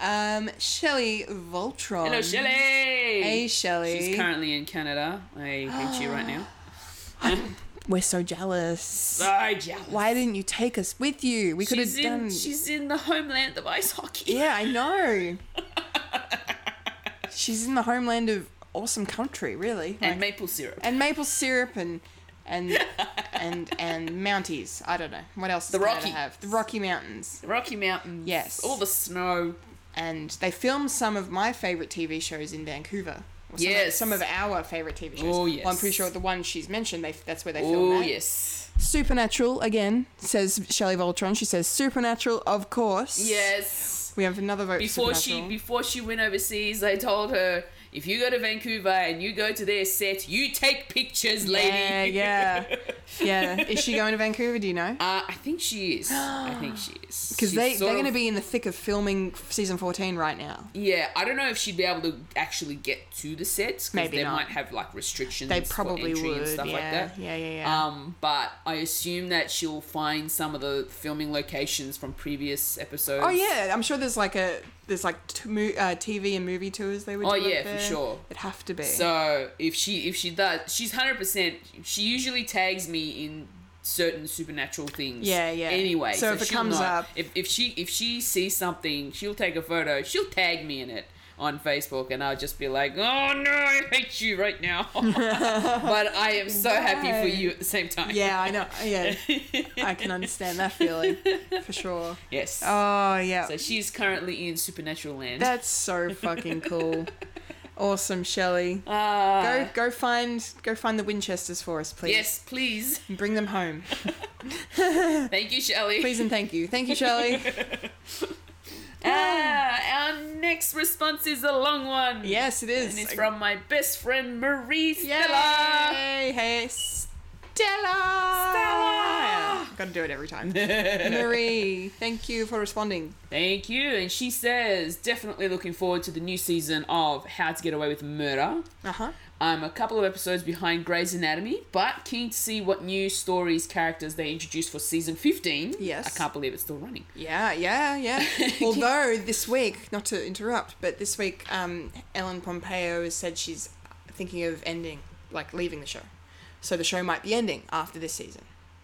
B: Um, Shelley Voltron.
A: Hello, Shelley.
B: Oh. Hey, Shelley.
A: She's currently in Canada. I hate you right now.
B: (gasps) We're so jealous.
A: So jealous.
B: Why didn't you take us with you? We could have
A: She's in,
B: done.
A: she's in the homeland of ice hockey.
B: Yeah, I
A: (laughs)
B: know. she's in the homeland of awesome country, really.
A: And
B: Like-
A: maple syrup.
B: and maple syrup and and and
A: (laughs)
B: and Mounties. I don't know what else.
A: The
B: is Canada
A: Rocky-
B: have the Rocky Mountains,
A: The Rocky Mountains.
B: Yes.
A: All the snow.
B: and they filmed some of my favorite TV shows in Vancouver. Or some
A: Yes.
B: Of, some of our favorite TV shows.
A: Oh,
B: Well, I'm pretty
A: yes.
B: sure the one she's mentioned, they, that's where they filmed
A: Oh,
B: that.
A: yes.
B: Supernatural again says Shelley Voltron. She says Supernatural, of course.
A: Yes.
B: We have another vote. for
A: Before she
B: Supernatural.
A: before she went overseas, I told her if you go to Vancouver and you go to their set, you take pictures, lady.
B: Yeah,
A: (laughs)
B: yeah, yeah. Is she going to Vancouver? Do you know?
A: Uh, I think she is. I think she
B: (gasps)
A: is.
B: Because
A: She's
B: they
A: sort
B: they're going to
A: of-
B: be in the thick of filming season fourteen right now.
A: Yeah, I don't know if she'd be able to actually get to the sets because
B: Maybe
A: they
B: not.
A: might have like restrictions.
B: They
A: for
B: probably
A: entry
B: would.
A: and stuff
B: yeah.
A: like that.
B: yeah, yeah, yeah.
A: Um, but I assume that she'll find some of the filming locations from previous episodes.
B: oh yeah, I'm sure there's like a there's like t- mo- uh, TV and movie tours they would.
A: Oh
B: do up
A: yeah, for
B: there.
A: sure.
B: It'd have to be.
A: So if she if she does, she's hundred percent. She usually tags me in certain supernatural things.
B: Yeah, yeah.
A: Anyway,
B: So if it
A: she'll
B: comes
A: know.
B: up-
A: if, if she if she sees something, she'll take a photo. She'll tag me in it. on Facebook, and I'll just be like, "Oh no, I hate you
B: (laughs)
A: right now," but I am so happy for you at the same time.
B: Yeah, I know. Yeah, I can understand that feeling for sure.
A: Yes.
B: Oh yeah,
A: So she's currently in Supernatural Land.
B: that's so fucking cool. Awesome, Shelley.
A: Ah.
B: Go go find go find the Winchesters for us, please.
A: Yes,
B: (laughs)
A: please.
B: And bring them home,
A: Thank you, Shelley.
B: please and thank you. Thank you,
A: (laughs)
B: Shelley.
A: Ah, our next response is a long one.
B: yes, it is.
A: And it's from my best friend Marie Stella.
B: Yay! Hey, Stella. Stella. Gotta do it every
A: (laughs)
B: time. Marie, thank you for responding.
A: Thank you. And she says, definitely looking forward to the new season of How to Get Away with Murder.
B: Uh huh.
A: I'm a couple of episodes behind Grey's Anatomy, but keen to see what new stories, characters they introduce for season 15.
B: Yes.
A: I can't believe it's still running.
B: Yeah, yeah,
A: (laughs)
B: yeah. Although this week, not to interrupt, but this week, um, Ellen Pompeo has said she's thinking of ending, like leaving the show. So the show might be ending after this season.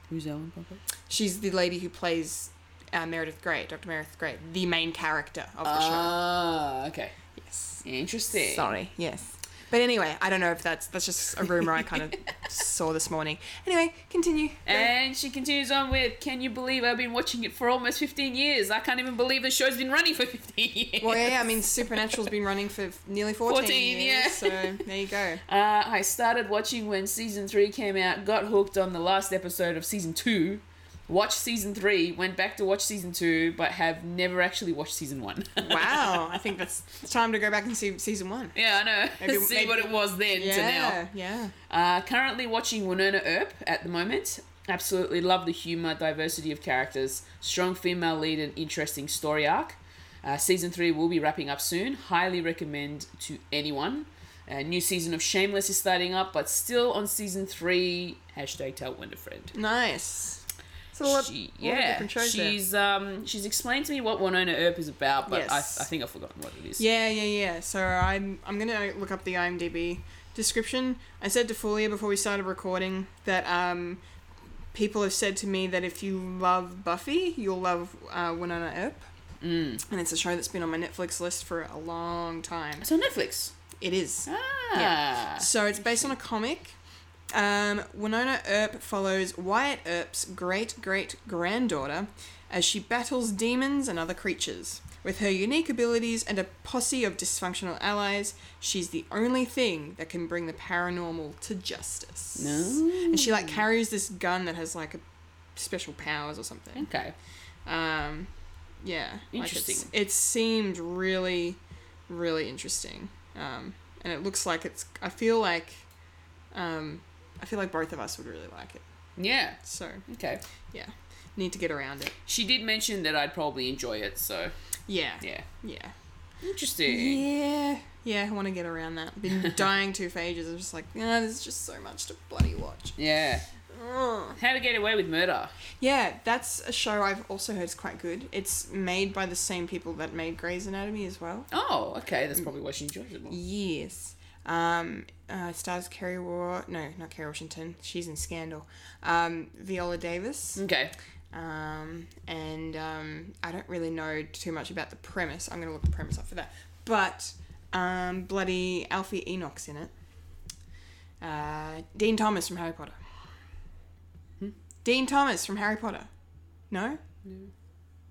A: Who's Ellen Pompeo?
B: She's the lady who plays uh, Meredith Grey, Dr. Meredith Grey, the main character of the
A: Ah, okay.
B: show. Yes.
A: Interesting.
B: Sorry. Yes. But anyway, I don't know if that's that's just a rumor I kind
A: (laughs)
B: of saw this morning. Anyway, continue.
A: And she continues on with, Can you believe I've been watching it for almost 15 years? I can't even believe the show's been running for 15 years.
B: well, yeah, I mean, Supernatural's been running for nearly 14,
A: 14,
B: years,
A: yeah.
B: so there you go.
A: Uh, I started watching when season three came out, got hooked on the last episode of season two, watched season three, went back to watch season two, but have never actually watched season one. (laughs)
B: Wow, I think that's it's time to go back and see season one.
A: yeah, I know.
B: Maybe-
A: (laughs) See
B: maybe-
A: what it was then to now.
B: Yeah, yeah.
A: Uh, currently watching Winona Earp at the moment. Absolutely love the humor, diversity of characters, strong female lead, and interesting story arc. Uh, season three will be wrapping up soon. Highly recommend to anyone. A new season of Shameless is starting up, but still on season three. Hashtag tell when to friend.
B: Nice. So a lot,
A: She,
B: a lot of
A: yeah,
B: different shows there.
A: she's um, she's explained to me what Winona Earp is about, but
B: Yes.
A: I, I think I've forgotten what it is.
B: Yeah, yeah, yeah. So I'm I'm gonna look up the IMDb description. I said to Fulia before we started recording that um, people have said to me that if you love Buffy, you'll love uh, Winona Earp. Mm. And it's a show that's been on my Netflix list for a long time.
A: It's on Netflix.
B: It is.
A: Ah,
B: Yeah. So it's based on a comic. Um, Winona Earp follows Wyatt Earp's great great granddaughter as she battles demons and other creatures. With her unique abilities and a posse of dysfunctional allies, she's the only thing that can bring the paranormal to justice.
A: No.
B: And she like carries this gun that has like a special powers or something.
A: okay.
B: Um, yeah. like, it's-
A: Interesting.
B: it seemed really, really interesting. Um, and it looks like it's. I feel like, um, I feel like both of us would really like it.
A: Yeah.
B: So
A: Okay.
B: yeah, need to get around it.
A: She did mention that I'd probably enjoy it, so
B: Yeah.
A: yeah.
B: Yeah.
A: Interesting.
B: Yeah. Yeah. I want to get around that. Been dying to for ages. I'm just like, yeah, there's just so much to bloody watch.
A: Yeah.
B: Ugh.
A: How to Get Away with Murder.
B: Yeah, that's a show I've also heard is quite good. It's made by the same people that made Grey's Anatomy as well.
A: Oh, okay. That's probably why she enjoys it more.
B: Yes. Um, uh, stars Kerry War. No, not Kerry Washington. She's in Scandal. Um, Viola Davis.
A: Okay.
B: Um, and um, I don't really know too much about the premise. I'm going to look the premise up for that. But um, bloody Alfie Enoch's in it. Uh, Dean Thomas from Harry Potter. Dean Thomas from Harry Potter. Hmm? No?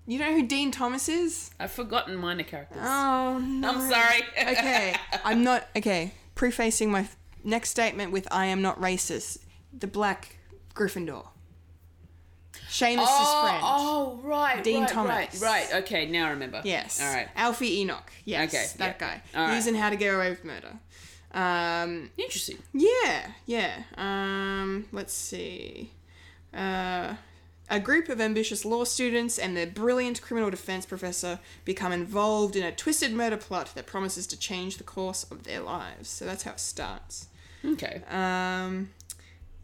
B: You know who Dean Thomas is?
A: I've forgotten minor characters.
B: Oh, no
A: I'm sorry. (laughs)
B: okay, I'm not okay. Prefacing my f- next statement with "I am not racist." The black Gryffindor. Seamus' friend.
A: oh, right.
B: Dean
A: right,
B: Thomas.
A: Right, right. Okay, now I remember.
B: Yes.
A: All right.
B: Alfie Enoch. Yes.
A: Okay,
B: That
A: yeah.
B: guy.
A: All
B: He's
A: right.
B: in How to Get Away with Murder. Um,
A: Interesting.
B: yeah, yeah. Um, let's see. Uh, a group of ambitious law students and their brilliant criminal defense professor become involved in a twisted murder plot that promises to change the course of their lives. So that's how it starts.
A: Okay.
B: Um,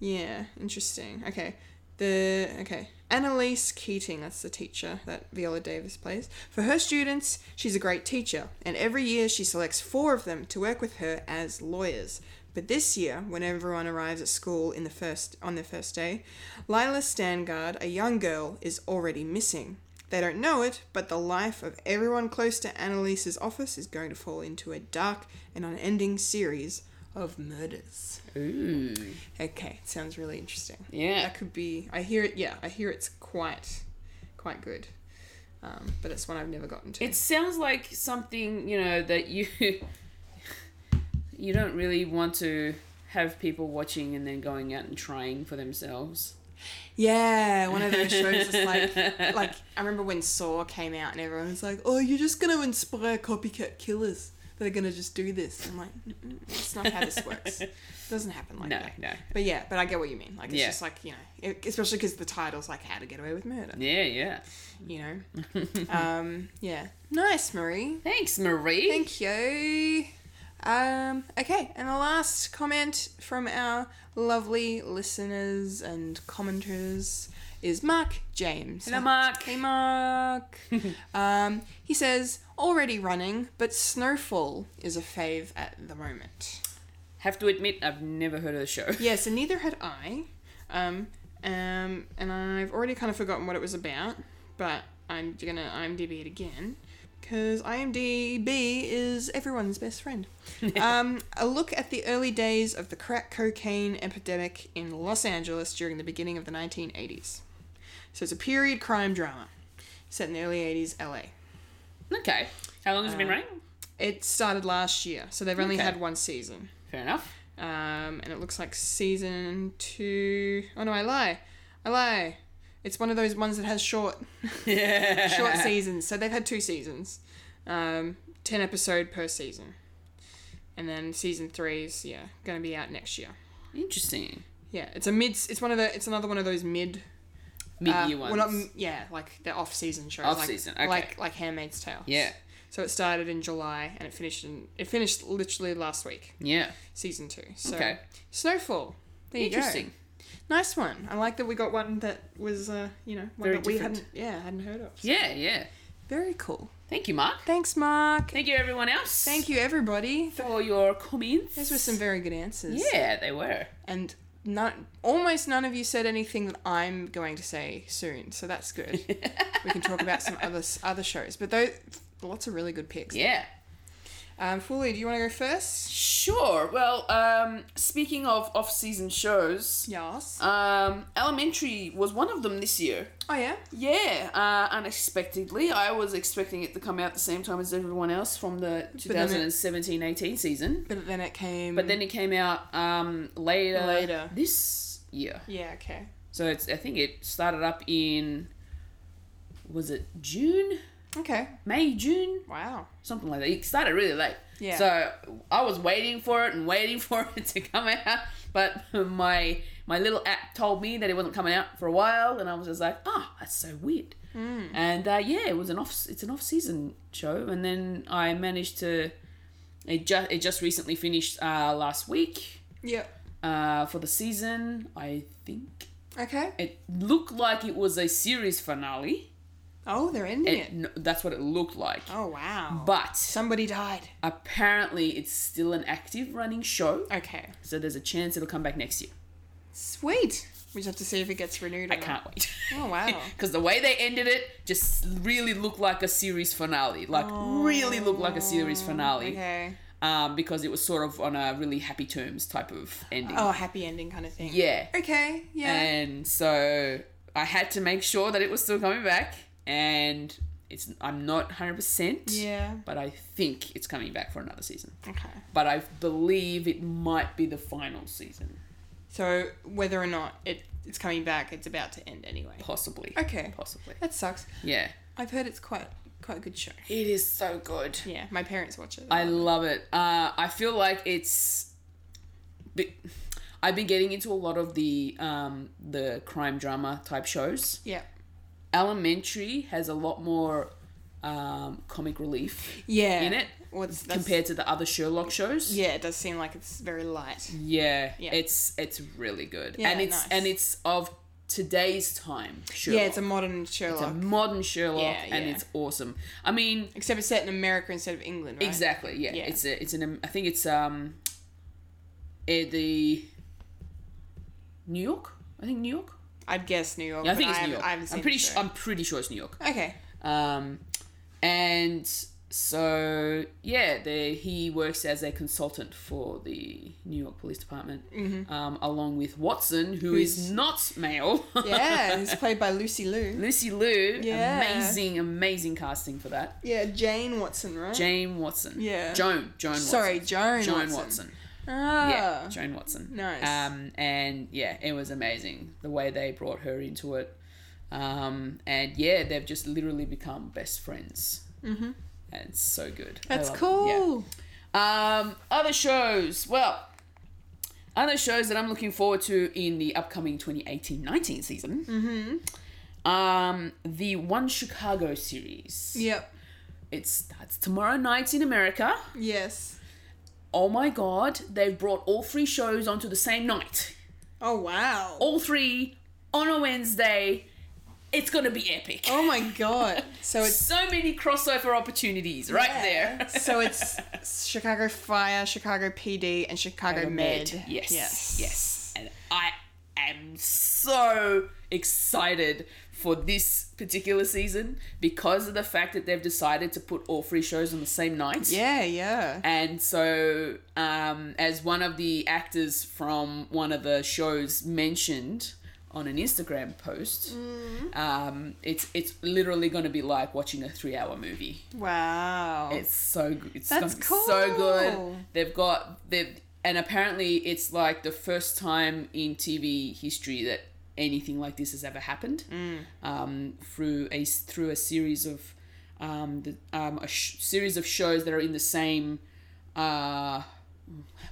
B: yeah, interesting. Okay, the okay Annalise Keating, that's the teacher that Viola Davis plays. For her students, she's a great teacher, and every year she selects four of them to work with her as lawyers. But this year, when everyone arrives at school in the first on their first day, Lila Stangard, a young girl, is already missing. They don't know it, but the life of everyone close to Annalise's office is going to fall into a dark and unending series of murders.
A: Ooh.
B: Okay, sounds really interesting.
A: Yeah.
B: That could be. I hear it. Yeah, I hear it's quite, quite good. Um, but it's one I've never gotten to.
A: It sounds like something, you know, that you (laughs) you don't really want to have people watching and then going out and trying for themselves.
B: Yeah, one of
A: (laughs)
B: those shows is like like I remember when Saw came out and everyone was like, "Oh, you're just gonna inspire copycat killers that are gonna just do this." I'm like, "Mm-mm, "That's not how this
A: (laughs)
B: works. It doesn't happen like
A: no,
B: that."
A: no.
B: But yeah, but I get what you mean. Like it's
A: Yeah.
B: just like you know, it, especially because the title's like "How to Get Away with Murder."
A: Yeah, yeah.
B: You know,
A: (laughs)
B: um, yeah. Nice, Marie.
A: Thanks, Marie.
B: Thank you. Um, okay, and the last comment from our lovely listeners and commenters is Mark James.
A: Hello, Mark.
B: Hey, Mark. um, he says, already running, but Snowfall is a fave at the moment.
A: Have to admit, I've never heard of the show. (laughs)
B: Yeah, so neither had I. Um, um, and I've already kind of forgotten what it was about, but I'm gonna IMDb it again because IMDb is everyone's best friend. um, a look at the early days of the crack cocaine epidemic in Los Angeles during the beginning of the 1980s. So it's a period crime drama set in the early 80s LA.
A: Okay. How long has it been
B: Um,
A: running?
B: It started last year, so they've only
A: Okay.
B: had one season. (laughs)
A: Fair enough.
B: Um, and it looks like season two oh no, I lie. I lie. It's one of those ones that has short,
A: Yeah. (laughs)
B: short seasons. So they've had two seasons, um, ten episode per season, and then season three's yeah going to be out next year.
A: Interesting.
B: Yeah, it's a mid. It's one of the. It's another one of those mid.
A: Mid year
B: uh,
A: ones.
B: Well, not m- yeah, like the off season shows. like,
A: Off-season, okay.
B: Like like Handmaid's Tale.
A: Yeah.
B: So it started in July and it finished in it finished literally last week,
A: Yeah.
B: season two. So
A: Okay.
B: Snowfall. There you go.
A: Interesting.
B: Nice one. I like that we got one that was, uh, you know, one
A: Very
B: that
A: different.
B: we hadn't, yeah, hadn't heard of.
A: Yeah, yeah.
B: Very cool.
A: Thank you, Mark.
B: Thanks, Mark.
A: Thank you, everyone else.
B: Thank you, everybody.
A: for your comments.
B: Those were some very good answers.
A: Yeah, they were.
B: And not almost none of you said anything that I'm going to say soon, so that's
A: (laughs)
B: good. we can talk about some other other shows, but those lots of really good picks.
A: Yeah.
B: Um, Fuli, do you want to go first?
A: Sure. Well, um, speaking of off-season shows,
B: Yes.
A: um, Elementary was one of them this year.
B: Oh yeah.
A: Yeah, uh, unexpectedly. I was expecting it to come out the same time as everyone else from the 2017-18 season.
B: But then it came.
A: But then it came out um, later,
B: Mm. Later.
A: this year.
B: Yeah. Okay.
A: So it's I think it started up in was it June?
B: Okay.
A: May, June?
B: Wow.
A: something like that. It started really late.
B: Yeah.
A: So I was waiting for it and waiting (laughs) for it to come out, but my my little app told me that it wasn't coming out for a while, and I was just like, "Ah, that's so weird." And uh, yeah, it was an off. It's an off season show, and then I managed to. It just it just recently finished uh, last week
B: Yep.
A: uh, for the season. I think
B: Okay.
A: it looked like it was a series finale.
B: Oh, they're ending
A: It,
B: it.
A: no, that's what it looked like.
B: Oh wow.
A: But
B: Somebody died.
A: apparently it's still an active running show
B: Okay.
A: so there's a chance it'll come back next year
B: Sweet. We just have to see if it gets renewed. Or
A: i can't wait
B: Oh
A: (laughs)
B: wow.
A: because the way they ended it just really looked like a series finale like really looked like a series finale
B: Oh, okay.
A: um, because it was sort of on a really happy terms type of ending
B: Oh, happy ending kind of thing.
A: yeah
B: Okay. Yeah.
A: and so i had to make sure that it was still coming back and it's i'm not 100%
B: yeah.
A: but i think it's coming back for another season
B: Okay.
A: but i believe it might be the final season
B: So whether or not it it's coming back, it's about to end anyway.
A: Possibly.
B: Okay.
A: Possibly.
B: That sucks.
A: Yeah.
B: I've heard it's quite quite a good show.
A: It is so good.
B: Yeah. My parents watch it.
A: I love it. Uh, I feel like it's. bi- I've been getting into a lot of the um, the crime drama type shows.
B: yeah.
A: Elementary has a lot more um, comic relief
B: Yeah.
A: in it
B: Well, it's, that's,
A: compared to the other Sherlock shows.
B: Yeah, it does seem like it's very light.
A: Yeah,
B: Yeah.
A: it's it's really good,
B: Yeah,
A: and it's
B: nice.
A: and it's of today's time. Sherlock.
B: Yeah, it's a modern
A: It's a
B: Sherlock,
A: modern Sherlock,
B: Yeah,
A: and
B: yeah.
A: it's awesome. I mean,
B: except it's set in America instead of England, right?
A: Exactly. Yeah.
B: Yeah.
A: It's a, it's an I think it's um eh, the New York. I think New York.
B: I'd guess New York.
A: Yeah, I
B: but
A: think it's
B: haven't-
A: New York.
B: I haven't seen
A: I'm pretty.
B: the
A: Sh-
B: show.
A: I'm pretty sure it's New York.
B: okay.
A: Um, and so yeah, the, he works as a consultant for the New York Police Department,
B: Mm-hmm.
A: um, along with Watson, who is
B: Who's-
A: not male.
B: Yeah, it's played by Lucy Liu.
A: (laughs) Lucy Liu,
B: Yeah.
A: amazing, amazing casting for that.
B: Yeah, Jane Watson, right?
A: Jane Watson.
B: Yeah.
A: Joan. Joan. Watson.
B: Sorry, Joan.
A: Joan Watson.
B: Ah.
A: Yeah, Joan Watson.
B: Nice.
A: Um, and yeah, it was amazing the way they brought her into it. Um, and yeah, they've just literally become best friends. Mm-hmm. And it's so good. I
B: That's
A: love it. Yeah.
B: cool.
A: Um, other shows. Well, other shows that I'm looking forward to in the upcoming 2018-19 season. Mm-hmm. Um, the One Chicago series.
B: Yep.
A: It starts tomorrow night in America.
B: Yes.
A: Oh my god, they've brought all three shows onto the same night.
B: Oh wow.
A: All three on a Wednesday. It's gonna be epic.
B: Oh my god. So
A: (laughs)
B: it's
A: So many crossover opportunities right
B: Yeah.
A: there.
B: so it's Chicago Fire, Chicago PD, and Chicago, Med.
A: Yes. Yes. And I am so excited for this particular season because of the fact that they've decided to put all three shows on the same night.
B: Yeah, yeah.
A: And so, um, as one of the actors from one of the shows mentioned on an Instagram post, um, it's it's literally going to be like watching a three-hour movie.
B: Wow.
A: It's so g- it's
B: That's
A: gonna be so good.
B: cool.
A: They've got they've and apparently it's like the first time in TV history that anything like this has ever happened.
B: Mm.
A: Um, through a s- through a series of um, the, um, a sh- series of shows that are in the same uh,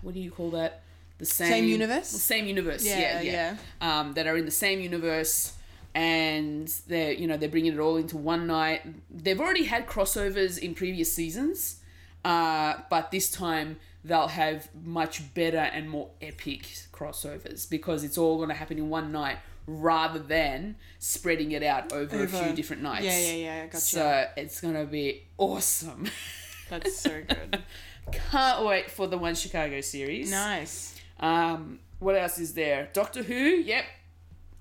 A: what do you call that? The same,
B: universe?
A: The same universe.
B: Yeah,
A: Yeah, yeah. Um, that are in the same universe, and they're you know they're bringing it all into one night. They've already had crossovers in previous seasons, uh, but this time they'll have much better and more epic crossovers because it's all going to happen in one night rather than spreading it out over, a
B: Over-
A: few different nights.
B: Yeah, yeah, yeah. Gotcha.
A: So it's going to be awesome. (laughs)
B: That's so good.
A: Can't wait for the One Chicago series.
B: nice.
A: Um, what else is there? Doctor Who. Yep,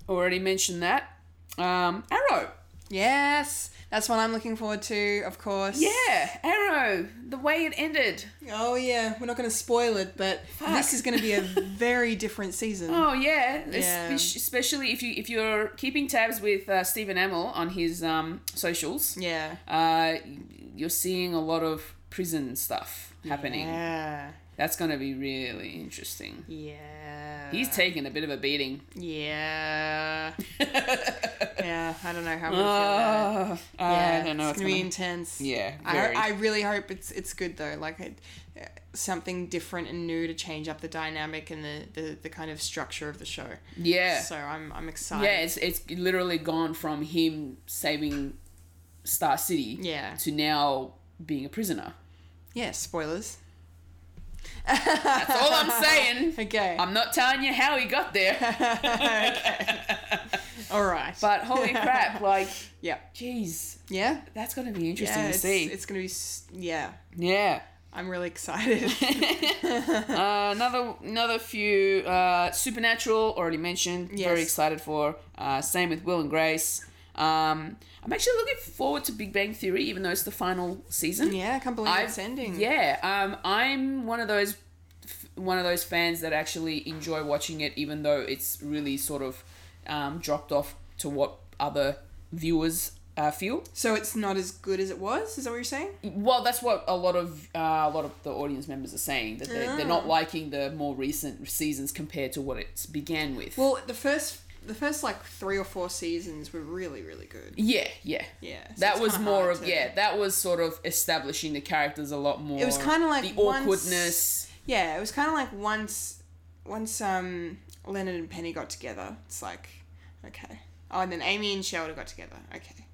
A: already mentioned that. Um, Arrow.
B: Yes. That's what I'm looking forward to, of course.
A: Yeah, Arrow. The way it ended.
B: Oh yeah. We're not gonna spoil it, but this is gonna be a very different season.
A: (laughs) Oh yeah, Espe-
B: Yeah.
A: especially if you if you're keeping tabs with uh, Stephen Amell on his um, socials,
B: Yeah.
A: uh, you're seeing a lot of prison stuff happening.
B: Yeah.
A: That's gonna be really interesting.
B: Yeah.
A: He's taking a bit of a beating. (laughs)
B: Yeah. yeah. I don't know how I'm gonna feel about it.
A: Uh, I don't know.
B: It's, gonna be intense.
A: Yeah,
B: I,
A: very.
B: I really hope it's it's good though. Like it, uh, something different and new to change up the dynamic and the, the, the kind of structure of the show.
A: yeah.
B: So I'm I'm excited.
A: Yeah, it's it's literally gone from him saving Star City
B: Yeah.
A: to now being a prisoner.
B: Yeah, Spoilers. (laughs)
A: That's all I'm saying.
B: Okay.
A: I'm not telling you how he got
B: (laughs)
A: there,
B: All right.
A: but holy crap! Like,
B: yeah.
A: jeez,
B: Yeah.
A: that's gonna be interesting
B: yeah,
A: to
B: it's,
A: see.
B: It's gonna be. s- Yeah.
A: yeah.
B: I'm really
A: (laughs)
B: excited.
A: Uh, another another few uh, supernatural already mentioned. Very
B: Yes.
A: excited for. Uh, same with Will and Grace. Um, I'm actually looking forward to Big Bang Theory, even though it's the final season.
B: yeah. I can't believe
A: I've-
B: it's ending.
A: Yeah, um, I'm one of those f- one of those fans that actually enjoy watching it, even though it's really sort of um, dropped off to what other viewers uh, feel.
B: So it's not as good as it was. Is that what you're saying?
A: Well, that's what a lot of uh, a lot of the audience members are saying that they're, they're not
B: Ah.
A: liking the more recent seasons compared to what it began with.
B: Well, the first the first like three or four seasons were really really good.
A: yeah, yeah.
B: Yeah. so
A: That
B: it's
A: was
B: kinda
A: more
B: hard
A: of
B: to-
A: yeah. That was sort of establishing the characters a lot more.
B: It was kinda like
A: the
B: once-
A: awkwardness.
B: Yeah, it was kind of like once, once um Leonard and Penny got together, it's like, okay. Oh, and then Amy and Sheldon got together. Okay.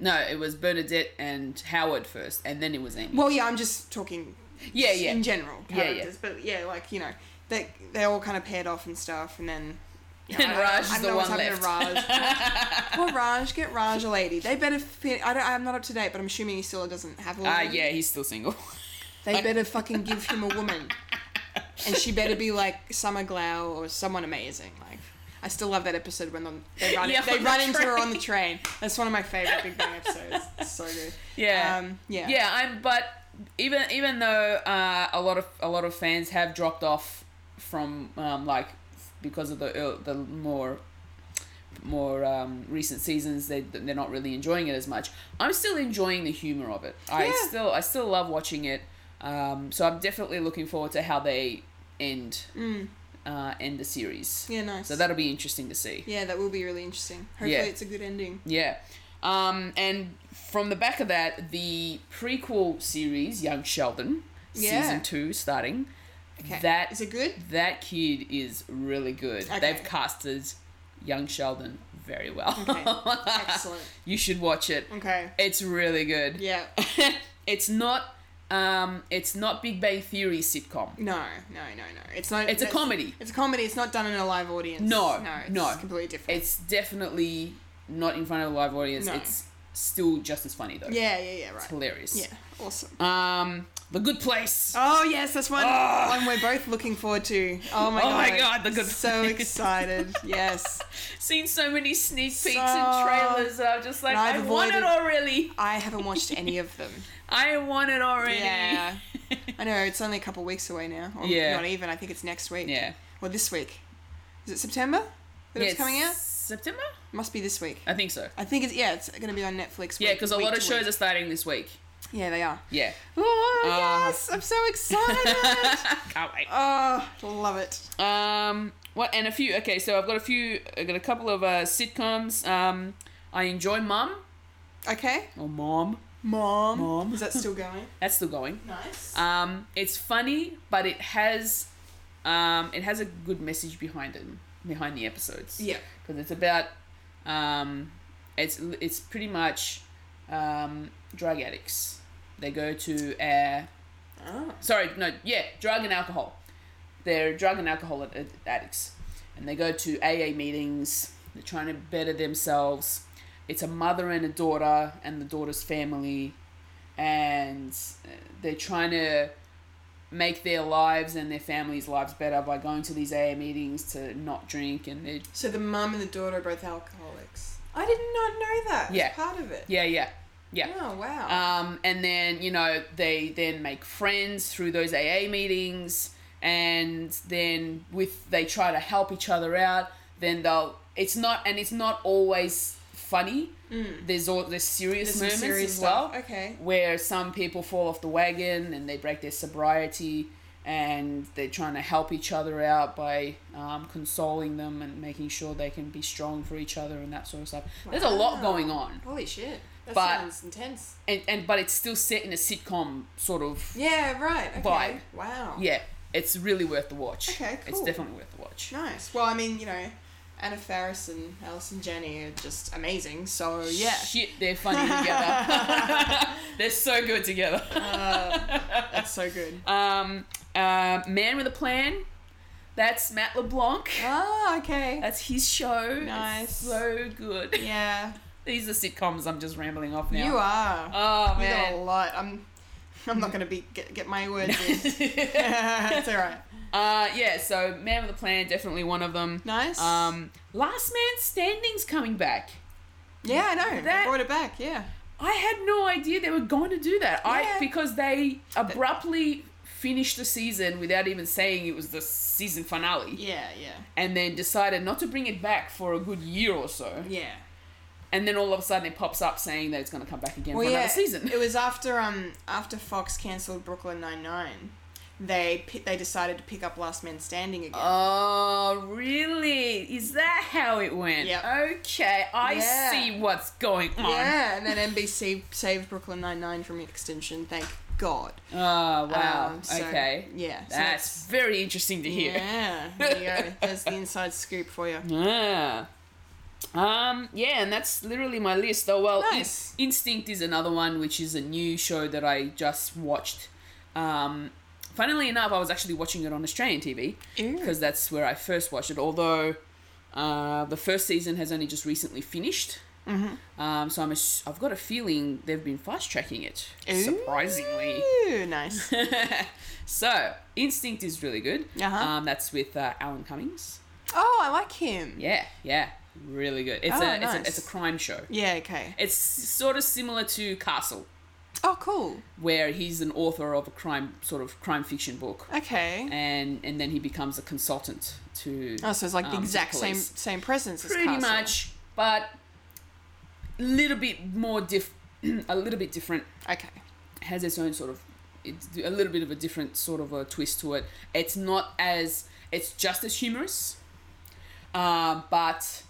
A: No, it was Bernadette and Howard first, and then it was Amy.
B: Well, yeah, I'm just talking.
A: Yeah,
B: just
A: yeah.
B: In general,
A: Yeah, yeah.
B: characters, but yeah, like you know, they they all kind of paired off and stuff, and then. you
A: And
B: I- I-
A: Raj
B: I
A: is
B: don't
A: the
B: know what's
A: one
B: happened
A: (laughs)
B: To Raj. Poor Raj, get Raj a lady. They better. Fin- I don't. I'm not up to date, but I'm assuming he still doesn't have a
A: Ah,
B: lady.
A: yeah, he's still single. (laughs)
B: They better fucking give him a woman. And she better be like Summer Glau or someone amazing. Like I still love that episode when on- they run,
A: Yeah,
B: they
A: on
B: run
A: the
B: into her on the
A: train.
B: train. That's one of my favorite Big Bang episodes. It's so good.
A: Yeah.
B: Um, yeah.
A: yeah i'm but even even though uh, a lot of a lot of fans have dropped off from um, like because of the ear- the more more um, recent seasons they they're not really enjoying it as much i'm still enjoying the humor of it i
B: Yeah.
A: still i still love watching it um, so i'm definitely looking forward to how they end
B: Mm.
A: uh, end the series
B: Yeah. Nice.
A: so that'll be interesting to see
B: Yeah, that will be really interesting. Hopefully,
A: Yeah.
B: it's a good ending.
A: Yeah. Um, and from the back of that, the prequel series, Young Sheldon,
B: Yeah.
A: season two starting.
B: Okay.
A: That
B: Is it good? (laughs)
A: that kid is really good.
B: Okay.
A: They've casted Young Sheldon very well.
B: Okay. Excellent.
A: (laughs) you should watch it.
B: Okay.
A: It's really good.
B: Yeah.
A: (laughs) it's not um, it's not Big Bang Theory sitcom.
B: No, no, no, no. It's not.
A: It's a
B: that's-
A: comedy.
B: It's a comedy. It's not done in a live audience.
A: No,
B: No. It's
A: no.
B: completely different.
A: It's definitely not in front of a live audience.
B: No.
A: It's still just as funny though.
B: yeah, yeah, yeah. Right.
A: It's hilarious.
B: Yeah. Awesome.
A: Um, The Good Place.
B: Oh yes, that's one
A: Ah.
B: one we're both looking forward to. Oh my
A: Oh
B: god!
A: my God, the
B: (laughs)
A: good
B: So
A: place.
B: excited! Yes,
A: Seen so many sneak peeks
B: So-
A: and trailers that I'm just like,
B: And I've
A: I want it
B: avoided-
A: already.
B: I haven't watched any of them.
A: I want it already. (laughs)
B: Yeah. I know it's only a couple weeks away now. Or
A: Yeah.
B: Not even. I think it's next week.
A: yeah.
B: Or this week. Is it September that
A: Yeah,
B: it's coming out?
A: September?
B: Must be this week.
A: I think so.
B: I think it's yeah. It's going to be on Netflix.
A: Yeah,
B: week-
A: because a
B: week
A: lot
B: to
A: of shows
B: week.
A: are starting this week.
B: Yeah, they are. (laughs)
A: Yeah.
B: Oh
A: Ah.
B: yes, I'm so excited. (laughs)
A: Can't wait.
B: oh, love it.
A: Um, what and a few. Okay, so I've got a few. I've got a couple of uh, sitcoms. Um, I enjoy Mum
B: Okay,
A: or Mom.
B: mom. Uh,
A: Mom.
B: Is that still going?
A: That's still going.
B: Nice.
A: Um, it's funny, but it has, um, it has a good message behind it, behind the episodes.
B: yeah.
A: because it's about um, it's it's pretty much um, drug addicts. They go to uh,
B: Oh.
A: sorry no yeah drug and alcohol. They're drug and alcohol ad- ad- addicts, and they go to AA meetings. They're trying to better themselves. It's a mother and a daughter and the daughter's family, and uh, they're trying to make their lives and their families' lives better by going to these AA meetings to not drink and they're
B: So the mum and the daughter are both alcoholics. I did not know that.
A: Yeah.
B: It's part of it.
A: yeah yeah yeah.
B: Oh wow.
A: Um, and then you know they then make friends through those AA meetings, and then with they try to help each other out. Then they'll it's not and it's not always funny. There's all there's serious
B: Mm. There's some
A: moments
B: serious
A: as well
B: stuff. Okay.
A: where some people fall off the wagon and they break their sobriety and they're trying to help each other out by um, consoling them and making sure they can be strong for each other and that sort of stuff. There's a lot
B: Wow.
A: going on
B: Holy shit. That
A: But-
B: sounds intense.
A: and, and but it's still set in a sitcom sort of
B: Yeah. Right. Okay.
A: Vibe.
B: Wow.
A: yeah it's really worth the watch
B: Okay,
A: it's
B: cool.
A: definitely worth the watch
B: Nice. Well, I mean, you know, Anna Faris and Alison Jenny are just amazing. So yeah.
A: shit
B: (laughs)
A: they're funny together (laughs) they're so good together
B: Uh, that's so good.
A: um uh, man with a plan that's matt leblanc
B: Ah. Okay.
A: that's his show It's
B: Nice.
A: so good
B: Yeah.
A: these are sitcoms i'm just rambling off now
B: You are. you
A: oh
B: got a
A: man
B: lot. I'm. I'm not gonna be get, get my words in.
A: (laughs)
B: it's all right.
A: uh yeah so man with a plan definitely one of them
B: Nice.
A: um last man standing's coming back
B: Yeah, I know.
A: That-
B: They brought it back. Yeah.
A: I had no idea they were going to do that. I
B: Yeah.
A: because they abruptly finished the season without even saying it was the season finale
B: Yeah, yeah,
A: and then decided not to bring it back for a good year or so.
B: yeah.
A: And then all of a sudden it pops up saying that it's going to come back again
B: Well,
A: for
B: yeah.
A: another season.
B: It was after um after Fox cancelled Brooklyn Nine Nine, they pi- they decided to pick up Last Man Standing again.
A: Oh, really? Is that how it went?
B: Yep.
A: Okay, I
B: Yeah.
A: see what's going on.
B: yeah, and then NBC saved Brooklyn Nine Nine from extinction. Thank God.
A: Oh, wow.
B: Um, so,
A: okay.
B: Yeah. so
A: That's very interesting to hear.
B: Yeah. There you go. There's the inside scoop for you.
A: Yeah. Um, yeah, and that's literally my list. Oh well, In-
B: Nice.
A: Instinct is another one, which is a new show that I just watched. Um, funnily enough, I was actually watching it on Australian TV because that's where I first watched it. Although uh, the first season has only just recently finished, mm-hmm. um, so I'm ass- I've got a feeling they've been fast tracking it. Surprisingly, (laughs)
B: Ooh, nice.
A: so Instinct is really good.
B: Uh-huh.
A: Um, that's with uh, Alan Cummings.
B: Oh, I like him.
A: Yeah, yeah, really good. It's
B: Oh,
A: a
B: nice.
A: it's a it's a crime show.
B: Yeah, okay.
A: It's sort of similar to Castle,
B: Oh, cool.
A: where he's an author of a crime sort of crime fiction book,
B: Okay.
A: and and then he becomes a consultant to.
B: Oh, so it's like the
A: um,
B: exact same
A: police.
B: same presence as
A: pretty
B: Castle.
A: much, but a little bit more diff, (clears throat) a little bit different.
B: Okay.
A: Has its own sort of, it's a little bit of a different sort of a twist to it. It's not as, it's just as humorous, um, but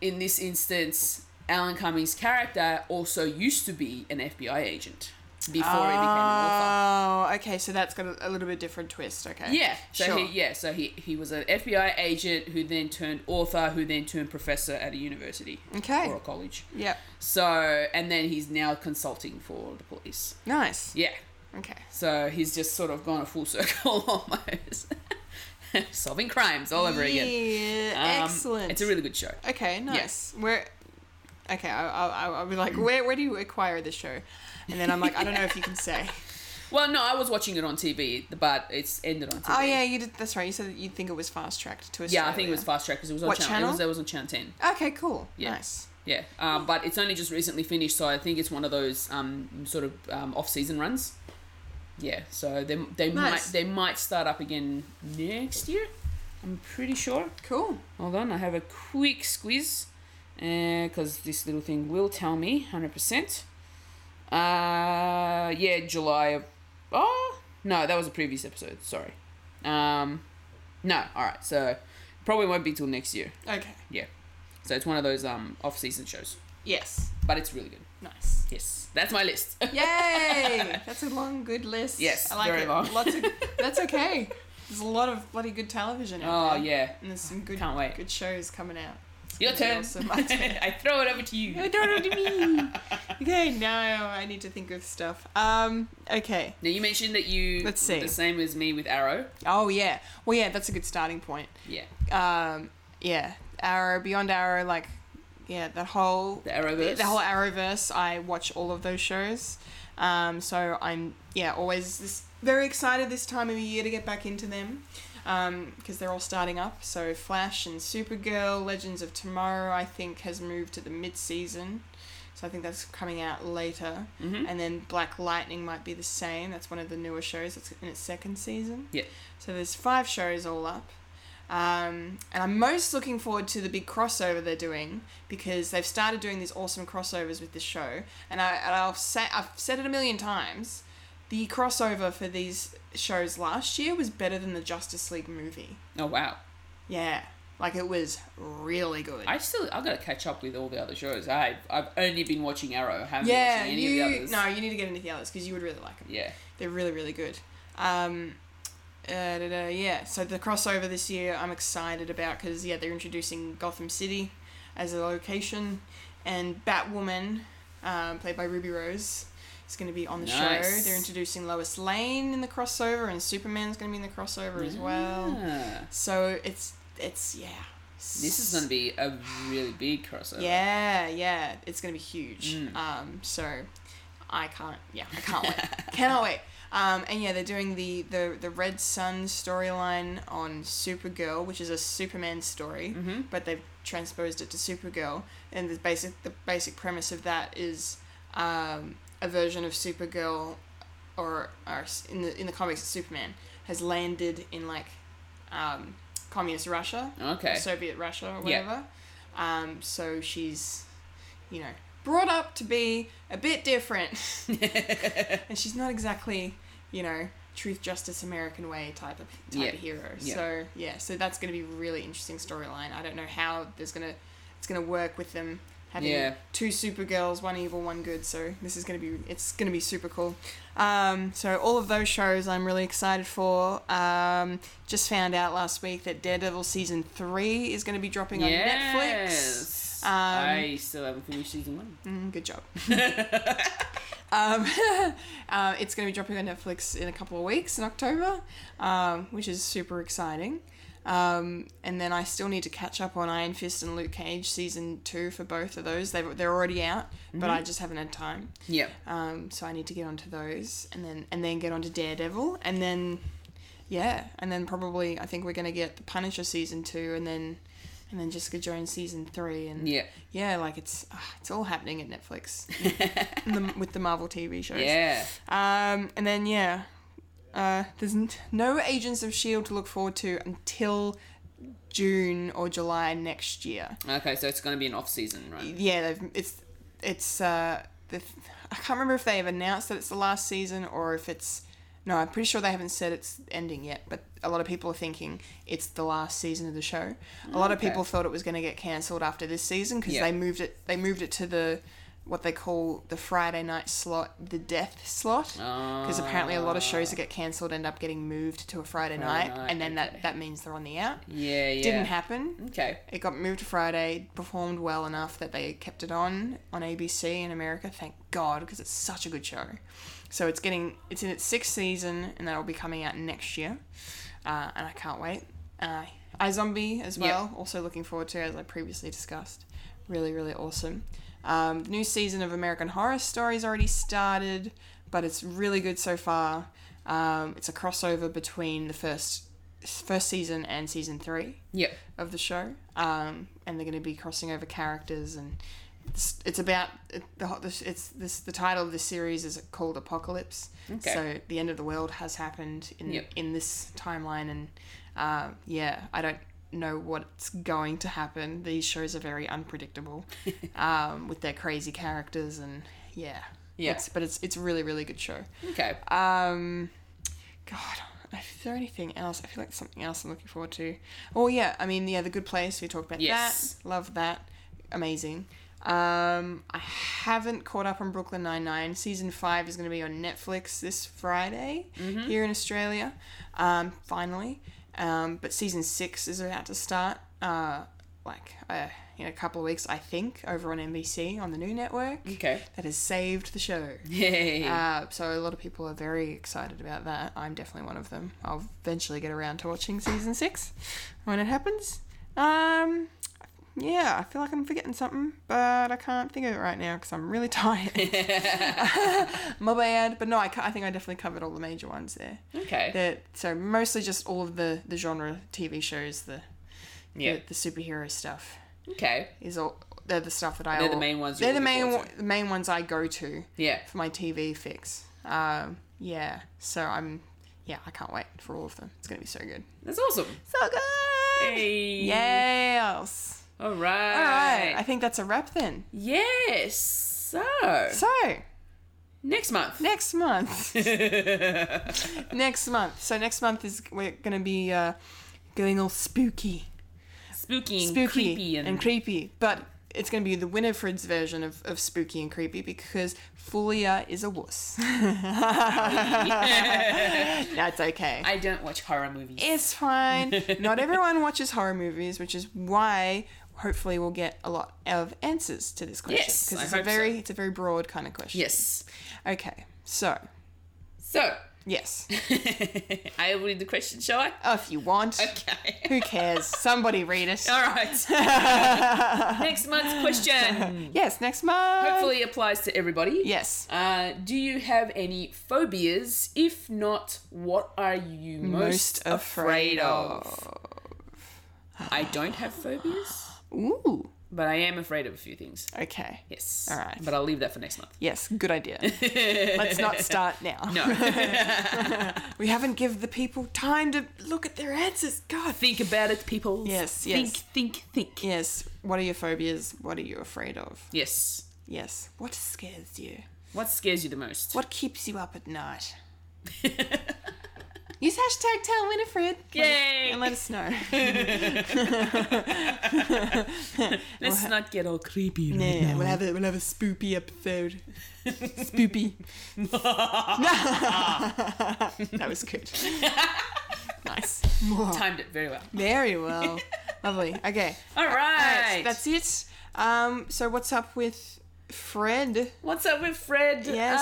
A: in this instance, Alan Cummings' character also used to be an FBI agent before he became an author.
B: Oh, okay. So that's got a, a little bit different twist. Okay.
A: Yeah. So
B: sure.
A: he yeah, so he, he was an FBI agent who then turned author, who then turned professor at a university
B: Okay.
A: or a college.
B: Yep.
A: So, and then he's now consulting for the police.
B: Nice.
A: Yeah.
B: Okay.
A: So he's just sort of gone a full (laughs) circle almost. (laughs) Solving crimes all over again.
B: Yeah.
A: Um,
B: excellent.
A: It's a really good show.
B: Okay. Nice. Where? Okay. I, I, I- I'll be like, where where do you acquire this show? And then I'm like, I don't know if you can say.
A: Well, no, I was watching it on TV, but it's ended on TV.
B: Oh yeah, you did. That's right. You said that you think it was fast tracked to Australia.
A: Yeah, I think it was fast track because it was on
B: What
A: channel.
B: channel?
A: It, was, it was on channel ten.
B: Okay. Cool.
A: Yeah.
B: Nice.
A: Yeah, um, but it's only just recently finished, so I think it's one of those um, sort of um, off-season runs. Yeah, so they they
B: Nice.
A: might they might start up again next year. I'm pretty sure.
B: Cool.
A: Hold on, I have a quick squeeze because this little thing will tell me 100%. Uh, yeah, July of. Oh, no, that was a previous episode. Sorry. Um, no, alright, so probably won't be till next year.
B: Okay.
A: Yeah. So it's one of those um, off season shows,
B: Yes.
A: but it's really good.
B: Nice.
A: Yes, that's my list. (laughs)
B: Yay! That's a long, good list.
A: Yes,
B: I like
A: very
B: it.
A: long.
B: Lots
A: (laughs)
B: of, that's okay. There's a lot of bloody good television. Out
A: (laughs) oh,
B: there.
A: yeah.
B: And there's some good,
A: Can't wait.
B: good shows coming out. It's
A: Your
B: gonna be
A: turn.
B: Awesome.
A: (laughs)
B: I don't-
A: I throw it over to
B: I
A: (laughs) you.
B: don't know what you mean. (laughs) Okay, now I need to think of stuff. Um, okay.
A: Now, you mentioned that you.
B: Let's see.
A: The same as me with Arrow.
B: Oh yeah. Well, yeah. That's a good starting point.
A: Yeah.
B: Um, yeah. Arrow, Beyond Arrow, like, yeah, that whole
A: The Arrowverse.
B: The whole Arrowverse, I watch all of those shows. Um, so I'm yeah always this very excited this time of year to get back into them because they're all starting up. So Flash and Supergirl, Legends of Tomorrow, I think has moved to the mid season. So I think that's coming out later,
A: Mhm.
B: and then Black Lightning might be the same. That's one of the newer shows. That's in its second season.
A: Yeah.
B: So there's five shows all up. Um, and I'm most looking forward to the big crossover they're doing because they've started doing these awesome crossovers with this show. And, I, and I'll say, I've said it a million times the crossover for these shows last year was better than the Justice League movie.
A: Oh, wow.
B: Yeah. Like it was really good.
A: I still I gotta catch up with all the other shows. I I've only been watching Arrow. I haven't
B: yeah,
A: watched any
B: you.
A: of the others.
B: No, you need to get into the others because you would really like them.
A: Yeah.
B: They're really, really good. Um, uh, da, da, yeah, so the crossover this year I'm excited about because, yeah, they're introducing Gotham City as a location, and Batwoman, um, played by Ruby Rose, is going to be on the show.
A: Nice.
B: They're introducing Lois Lane in the crossover, and Superman's going to be in the crossover as well.
A: Ah.
B: So it's, it's, yeah.
A: This is gonna be a really big crossover.
B: Yeah, yeah, it's gonna be huge.
A: Mm.
B: Um, so I can't. Yeah, I can't wait. Cannot wait. Um, and yeah, they're doing the the the Red Sun storyline on Supergirl, which is a Superman story,
A: Mm-hmm.
B: but they've transposed it to Supergirl. And the basic the basic premise of that is um, a version of Supergirl, or, or s- in the in the comics, Superman has landed in like um, communist Russia,
A: Okay.
B: Soviet Russia or
A: Yeah.
B: whatever. Um, so she's, you know, brought up to be a bit
A: (laughs)
B: different. and she's not exactly, you know, truth, justice, American way type of type
A: Yeah.
B: of hero.
A: Yeah.
B: So yeah, so that's gonna be a really interesting storyline. I don't know how there's gonna it's gonna work with them having
A: Yeah.
B: two supergirls, one evil, one good, so this is gonna be it's gonna be super cool. Um, so all of those shows I'm really excited for. Um, just found out last week that Daredevil season three is gonna be dropping
A: yes.
B: on Netflix. Um,
A: I still haven't finished season one.
B: Mm, good job. (laughs) um, (laughs) uh, it's going to be dropping on Netflix in a couple of weeks in October, um, which is super exciting. Um, and then I still need to catch up on Iron Fist and Luke Cage season two for both of those. They've, they're already out, but I just haven't had time.
A: Yep.
B: Um, so I need to get onto those, and then and then get onto Daredevil, and then Yeah, and then probably I think we're gonna get the Punisher season two, and then and then Jessica Jones season three, and
A: Yeah.
B: yeah, like it's uh, it's all happening at
A: (laughs)
B: Netflix in the, with the Marvel TV shows.
A: Yeah.
B: Um, and then yeah, uh, there's n- no Agents of Shield E to look forward to until June or July next year.
A: Okay, so it's going to be an off season, right?
B: Yeah, they've, it's it's uh, the I can't remember if they have announced that it's the last season or if it's no. I'm pretty sure they haven't said it's ending yet, but a lot of people are thinking it's the last season of the show. A lot of
A: Okay.
B: people thought it was going to get cancelled after this season because
A: Yeah.
B: they moved it. They moved it to the what they call the Friday night slot, the death slot
A: Oh.
B: because apparently a lot of shows that get cancelled end up getting moved to a Friday,
A: Ah. Friday
B: night,
A: night,
B: and then
A: okay.
B: that, that means they're on the out.
A: Yeah, yeah.
B: Didn't happen.
A: Okay.
B: It got moved to Friday, performed well enough that they kept it on on ABC in America. Thank God, because it's such a good show. So it's getting it's in its sixth season, and that'll be coming out next year, uh, and I can't wait. Uh, iZombie as
A: Yep.
B: well, also looking forward to as I previously discussed. Really, really awesome. Um, the new season of American Horror Story's already started, but it's really good so far. Um, it's a crossover between the first first season and season three
A: Yep.
B: of the show, um, and they're going to be crossing over characters and it's, it's about it, the ho- this- it's this the title of the series is called Apocalypse.
A: Okay.
B: So the end of the world has happened in
A: Yep.
B: in this timeline, and uh, yeah, I don't know what's going to happen. These shows are very
A: (laughs)
B: unpredictable, um, with their crazy characters and yeah,
A: Yeah.
B: It's, but it's it's a really really good show.
A: Okay.
B: Um, God, is there anything else? I feel like something else I'm looking forward to. Oh yeah, I mean yeah, the Good Place. We talked about
A: Yes.
B: that. Love that. Amazing. Um, I haven't caught up on Brooklyn Nine Nine. Season five is going to be on Netflix this Friday here in Australia. Um, finally. Um, but season six is about to start. Uh, like uh, in a couple of weeks, I think, over on NBC on the new network.
A: Okay. (laughs)
B: That has saved the show.
A: Yay.
B: Uh, so a lot of people are very excited about that. I'm definitely one of them. I'll eventually get around to watching season six when it happens. Um, yeah, I feel like I'm forgetting something, but I can't think of it right now because I'm really (laughs)
A: (laughs)
B: tired. My bad. But no, I, ca- I think I definitely covered all the major ones there.
A: okay.
B: That so mostly just all of the the genre TV shows, the
A: yeah.
B: the, the superhero stuff
A: Okay.
B: is all. They're the stuff that I.
A: They're the
B: all-
A: main ones you're
B: They're the
A: looking
B: main
A: forward
B: one, the main ones I go to
A: Yeah.
B: for my TV fix. Um, yeah, so I'm, yeah, I can't wait for all of them. It's gonna be so good.
A: That's awesome.
B: So good.
A: Hey.
B: Yes.
A: All right.
B: All right. I think that's a wrap then.
A: Yes. So
B: So (laughs)
A: next month.
B: next
A: (laughs)
B: month, next month. So next month is we're gonna be uh, going all spooky,
A: Spooky and
B: spooky
A: creepy and,
B: creepy, but. It's going to be the Winifred's version of, of spooky and creepy because Fulia is a
A: (laughs)
B: wuss. (laughs) That's okay.
A: I don't watch horror movies.
B: It's
A: (laughs)
B: fine. Not everyone watches horror movies, which is why hopefully we'll get a lot of answers to this question.
A: Yes, I
B: it's
A: hope
B: a very it's a very broad kind of question.
A: yes.
B: Okay. So
A: So (laughs)
B: yes.
A: I will read the question, shall I?
B: Oh, if you want.
A: (laughs)
B: (laughs)
A: Okay.
B: Who cares? Somebody read it.
A: All right. next
B: (laughs)
A: month's question
B: Yes, next month.
A: hopefully applies to everybody.
B: Yes.
A: Uh, do you have any phobias? If not, what are you most, afraid, of? I don't have phobias,
B: Ooh.
A: but I am afraid of a few things.
B: Okay.
A: Yes.
B: All right.
A: But I'll leave that for next month.
B: Yes, good
A: (laughs)
B: idea. Let's not start now.
A: No.
B: (laughs) We haven't give the people time to look at their answers. God.
A: think about it, people.
B: Yes,
A: Think,
B: yes.
A: think, think.
B: Yes. What are your phobias? What are you afraid of?
A: Yes.
B: Yes. What scares you?
A: What scares you the most?
B: What keeps you up at
A: (laughs)
B: night? Use hashtag tell Winifred.
A: Yay!
B: And let us know.
A: Let's not get all creepy. Right
B: (laughs) yeah, we'll have a we'll have a spoopy
A: (laughs)
B: episode. spoopy.
A: Ah,
B: (laughs) that was
A: (laughs)
B: good. nice.
A: Timed it very well.
B: Very
A: (laughs)
B: well. Lovely. Okay.
A: All right.
B: Alright, Uh, that's it. Um, so what's up with Fred?
A: What's up with Fred?
B: Yes.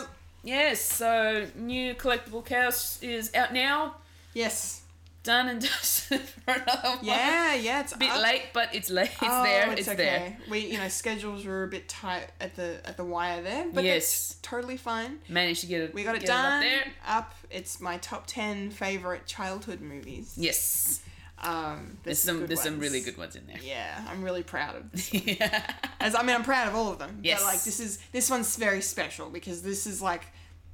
A: Um, yes. So new collectible chaos is out now.
B: Yes.
A: done and (laughs) dusted for another one.
B: Yeah, yeah, it's
A: It's a bit
B: up.
A: late, but it's late. It's
B: Oh,
A: there. It's, there.
B: We, you know, schedules were a bit tight at the at the wire there, but
A: Yes.
B: it's totally fine.
A: Managed to get it.
B: We got it
A: get
B: done.
A: up there.
B: up. It's my top ten favorite childhood movies.
A: Yes.
B: Um,
A: There's some.
B: good
A: There's some
B: ones.
A: really good ones in there.
B: Yeah, I'm really proud of. This.
A: yeah.
B: As I mean, I'm proud of all of them.
A: Yes.
B: But like this is this one's very special because this is like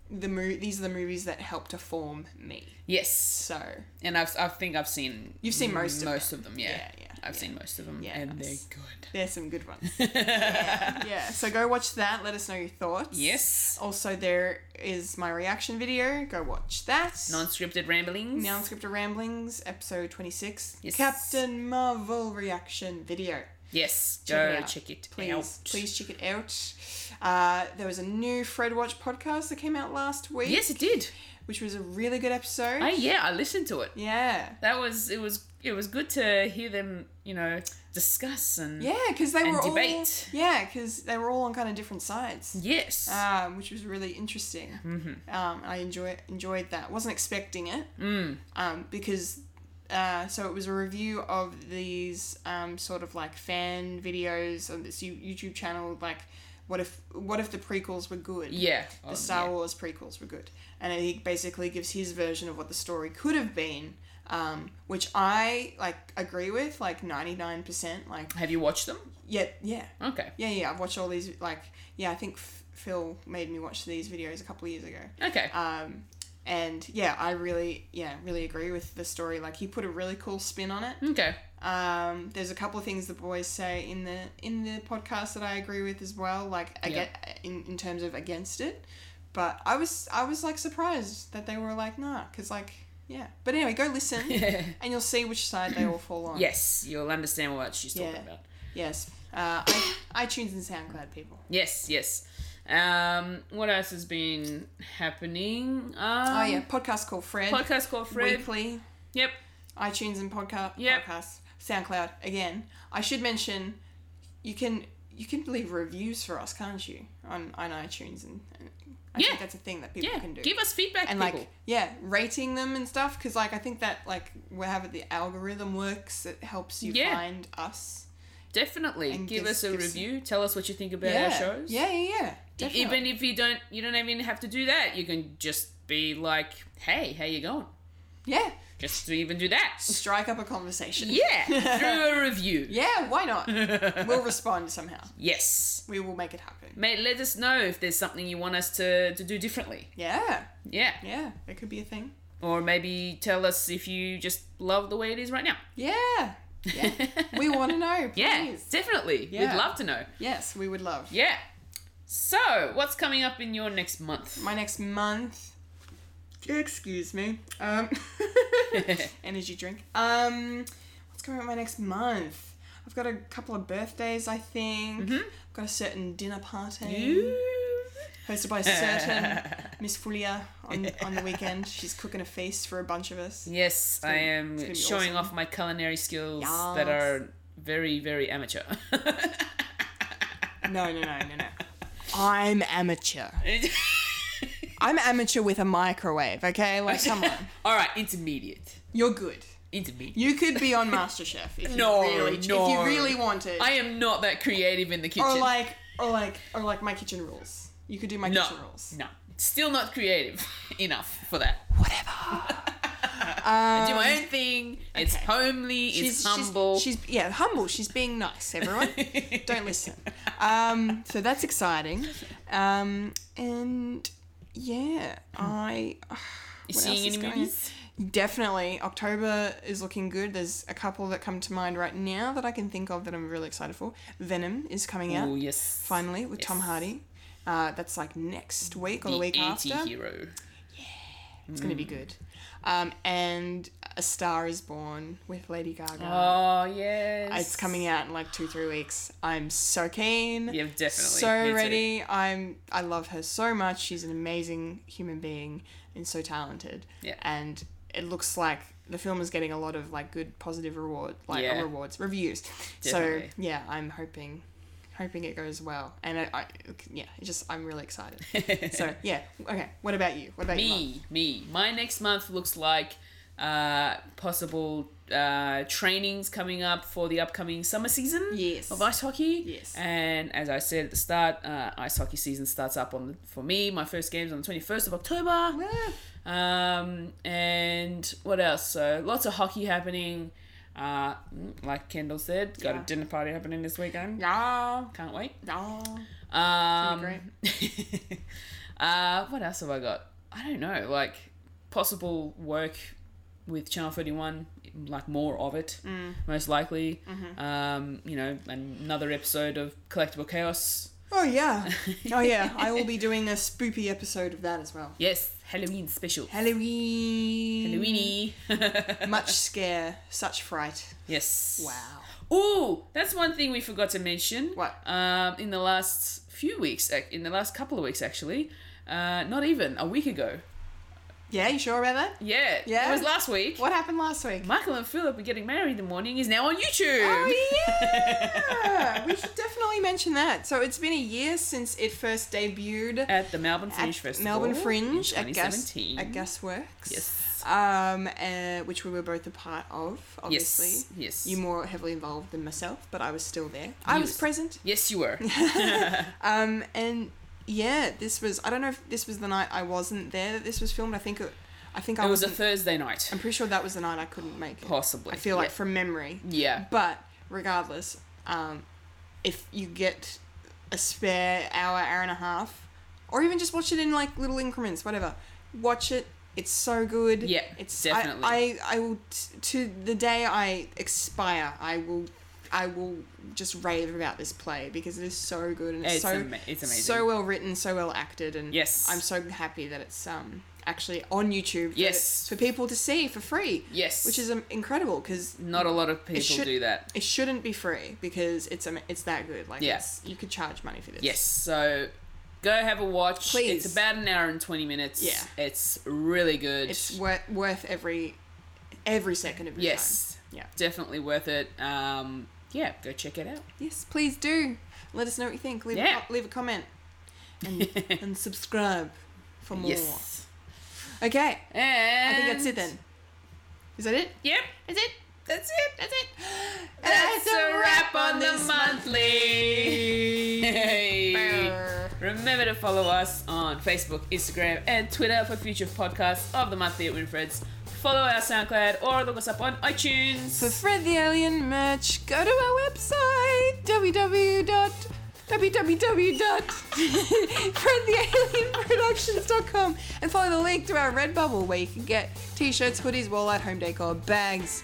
B: the mo- These are the movies that helped to form me.
A: (laughs) Yes.
B: So
A: And I've, I think I've seen.
B: You've seen most of
A: most of them. yeah.
B: Yeah, yeah,
A: I've
B: yeah.
A: seen most of them.
B: Yeah,
A: and
B: I've
A: they're
B: s-
A: good.
B: there's some good
A: (laughs)
B: ones. yeah. So go watch that. Let us know your thoughts.
A: Yes.
B: Also, there is my reaction video. Go watch that.
A: Non-scripted ramblings.
B: Non-scripted ramblings, episode twenty-six.
A: Yes.
B: Captain Marvel reaction video.
A: Yes.
B: Check
A: Go
B: it out.
A: check it
B: Please,
A: out.
B: please check it out. Uh, there was a new Fred Watch podcast that came out last week.
A: Yes, it did.
B: which was a really good episode.
A: I yeah, I listened to it.
B: yeah,
A: That was it was it was good to hear them, you know, discuss and
B: yeah, because they
A: Mm. And
B: were all
A: debate.
B: yeah, because they were all on kind of different sides,
A: yes.
B: um, which was really interesting. Mm-hmm. Um, I enjoy enjoyed that. wasn't expecting it,
A: mm.
B: um, because. Uh, so it was a review of these um, sort of like fan videos on this Yo- YouTube channel, like what if what if the prequels were good?
A: Yeah. Oh,
B: the Star Wars prequels were good. And he basically gives his version of what the story could have been, um, which I like agree with, like ninety nine percent. Like,
A: Have you watched them?
B: yeah, yeah,
A: Okay.
B: yeah, yeah. I've watched all these. Like, yeah, I think F- Phil made me watch these videos a couple of years ago.
A: Okay.
B: Um, and yeah, I really, yeah, really agree with the story. Like, he put a really cool spin on it. (laughs)
A: Okay.
B: Um, there's a couple of things the boys say in the in the podcast that I agree with as well, like I
A: Yeah.
B: get in, in terms of against it. But I was I was like surprised that they were like nah, because like yeah. But anyway, go listen
A: (laughs)
B: and you'll see which side they all fall on.
A: yes, you'll understand what she's talking
B: Yeah.
A: about.
B: Yes. Uh, I, iTunes and SoundCloud people.
A: Yes, yes. Um, what else has been happening? Um,
B: oh yeah, podcast called Fred.
A: podcast called Fred.
B: Weekly.
A: Yep.
B: iTunes and podcast
A: Yep.
B: podcasts, SoundCloud again. I should mention you can you can leave reviews for us, can't you? On on iTunes and, and I
A: Yeah.
B: think that's a thing that people
A: Yeah.
B: can do.
A: Give us feedback,
B: and
A: people.
B: like yeah, rating them and stuff cuz like I think that like however the algorithm works, it helps you
A: Yeah.
B: find us.
A: Definitely
B: and
A: give
B: give-
A: us a
B: give some-
A: review. Tell us what you think about
B: yeah.
A: our shows.
B: Yeah, yeah, yeah. Definitely.
A: E-, Even if you don't, you don't even have to do that. You can just be like, "Hey, how you going?"
B: yeah,
A: Just to even do that.
B: (laughs) strike up a conversation.
A: Yeah, through a review.
B: (laughs) yeah, why not? we'll (laughs) respond somehow.
A: Yes.
B: We will make it happen.
A: Mate, let us know if there's something you want us to, to do differently.
B: Yeah.
A: Yeah.
B: Yeah, it could be a thing.
A: Or maybe tell us if you just love the way it is right now.
B: Yeah. Yeah. we want to know. Please.
A: Yeah, definitely.
B: Yeah.
A: We'd love to know.
B: Yes, we would love.
A: Yeah. So, what's coming up in your next month?
B: My next month. Excuse me. Um, (laughs) energy drink. Um, what's coming up my next month? I've got a couple of birthdays, I think. I've got a certain dinner party hosted by a certain Miss Fulia on, on the weekend. She's cooking a feast for a bunch of us.
A: Yes, I
B: gonna
A: am
B: be
A: showing
B: awesome.
A: off my culinary skills
B: Yes.
A: that are very, very amateur.
B: No, no, no, no, no. I'm amateur. I'm amateur with a microwave, okay? Like, come on.
A: (laughs) All right, intermediate.
B: You're good.
A: Intermediate.
B: You could be
A: (laughs)
B: on MasterChef if
A: No,
B: you really
A: no.
B: if you really wanted.
A: I am not that creative in the kitchen.
B: or like or like or like my kitchen rules. You could do my
A: no,
B: kitchen rules.
A: no, still not creative (laughs) enough for that.
B: Whatever.
A: (laughs) I do
B: um,
A: my own thing. It's
B: okay.
A: homely. it's humble.
B: She's, yeah, humble. She's being nice,
A: (laughs)
B: everyone. Don't listen. Um, so that's exciting. Um, and yeah, I
A: Hmm.
B: (sighs) what
A: you
B: else
A: seeing
B: is
A: any
B: going on?
A: movies?
B: definitely October is looking good. There's a couple that come to mind right now that I can think of that I'm really excited for. Venom is coming out.
A: Oh yes,
B: finally with Tom
A: Yes.
B: Hardy. Uh, that's like next week or the,
A: the
B: week after.
A: anti-hero.
B: It's going to be good. Um, and A Star is Born with Lady Gaga.
A: Oh yes,
B: It's coming out in like two, three weeks. I'm so keen.
A: Yeah, definitely.
B: So
A: Me too.
B: ready. I'm. I love her so much. She's an amazing human being and so talented.
A: Yeah.
B: And it looks like the film is getting a lot of like good positive reward, like
A: Yeah.
B: rewards, reviews.
A: Definitely.
B: So yeah, I'm hoping, hoping it goes well. And I, I yeah, it just I'm really excited.
A: (laughs)
B: so yeah. Okay. What about you? What about you?
A: Me, me. My next month looks like uh, possible uh, trainings coming up for the upcoming summer season
B: Yes.
A: of ice hockey.
B: Yes.
A: And as I said at the start, uh, ice hockey season starts up on the, for me. My first game's on the 21st of October.
B: Ah,
A: Um, and what else? So lots of hockey happening. Uh, mm, like Kendall said, got
B: Yeah.
A: a dinner party happening this weekend.
B: yeah.
A: Can't wait.
B: Yeah.
A: Um,
B: It's gonna
A: (laughs) uh, what else have I got? I don't know. Like possible work with Channel Thirty One, like more of it,
B: Mm.
A: most likely.
B: Mm-hmm.
A: Um, you know, another episode of Collectible Chaos.
B: Oh
A: (laughs)
B: yeah. Oh yeah. I will be doing a spoopy episode of that as well.
A: Yes, Halloween special.
B: Halloween.
A: Halloweeny.
B: (laughs)
A: (laughs)
B: Much scare, such fright.
A: yes.
B: Wow.
A: Ooh, that's one thing we forgot to mention.
B: What?
A: Um, in the last few weeks, ac- in the last couple of weeks, actually, uh, not even a week ago.
B: Yeah, you sure about that?
A: Yeah.
B: Yeah.
A: It was last week.
B: What happened last week?
A: Michael and Philip are getting married in the morning is now on YouTube.
B: Oh
A: (laughs)
B: yeah. we should definitely mention that. So it's been a year since it first debuted
A: At the Melbourne Fringe
B: at
A: Festival.
B: Melbourne Fringe
A: in
B: at Gas
A: 2017.
B: at Gasworks.
A: Yes.
B: Um, uh, which we were both a part of, obviously.
A: Yes. Yes.
B: You more heavily involved than myself, but I was still there. I was
A: was-
B: present.
A: yes, you were.
B: Um, and yeah, this was. I don't know if this was the night I wasn't there that this was filmed. I think. It, I think I
A: it was a
B: wasn't.
A: Thursday night,
B: I'm pretty sure that was the night I couldn't make it.
A: possibly.
B: I feel like from memory.
A: Yeah.
B: But regardless, um, if you get a spare hour, hour and a half, or even just watch it in like little increments, whatever, watch it. It's so good.
A: Yeah,
B: it's
A: definitely.
B: I, I, I will t- to the day I expire. I will, I will just rave about this play because it is so good and
A: Yeah.
B: it's,
A: It's,
B: so
A: ama- it's amazing.
B: so well written, so well acted, and
A: Yes.
B: I'm so happy that it's um actually on YouTube. For,
A: Yes.
B: for people to see for free,
A: yes.
B: which is um, incredible because
A: not a lot of people
B: should-
A: do that.
B: it shouldn't be free because it's um, it's that good. Like,
A: Yeah.
B: it's, you could charge money for this.
A: Yes. So go have a watch.
B: Please.
A: It's about an hour and 20 minutes.
B: Yeah.
A: It's really good.
B: it's worth worth every every second of your
A: Yes.
B: time. Yeah.
A: Definitely worth it. Um, yeah, go check it out. (laughs)
B: Yes, please do. Let us know what you think. Leave
A: Yeah.
B: a, co- leave a comment and, and subscribe for more.
A: Yes.
B: Okay, I
A: And
B: think that's it then. Is that it?
A: Yep.
B: Is it?
A: That's it.
B: That's it. (gasps)
A: That's a wrap on the
B: this
A: monthly. Hey.
B: month.
A: Remember to follow us on Facebook, Instagram, and Twitter for future podcasts of the monthly at Winfred's. Follow our SoundCloud or look us up on iTunes.
B: For Fred the Alien merch, go to our website (laughs) www.www.fredthealienproductions.com and follow the link to our Redbubble where you can get t-shirts, hoodies, wall art, home decor, bags,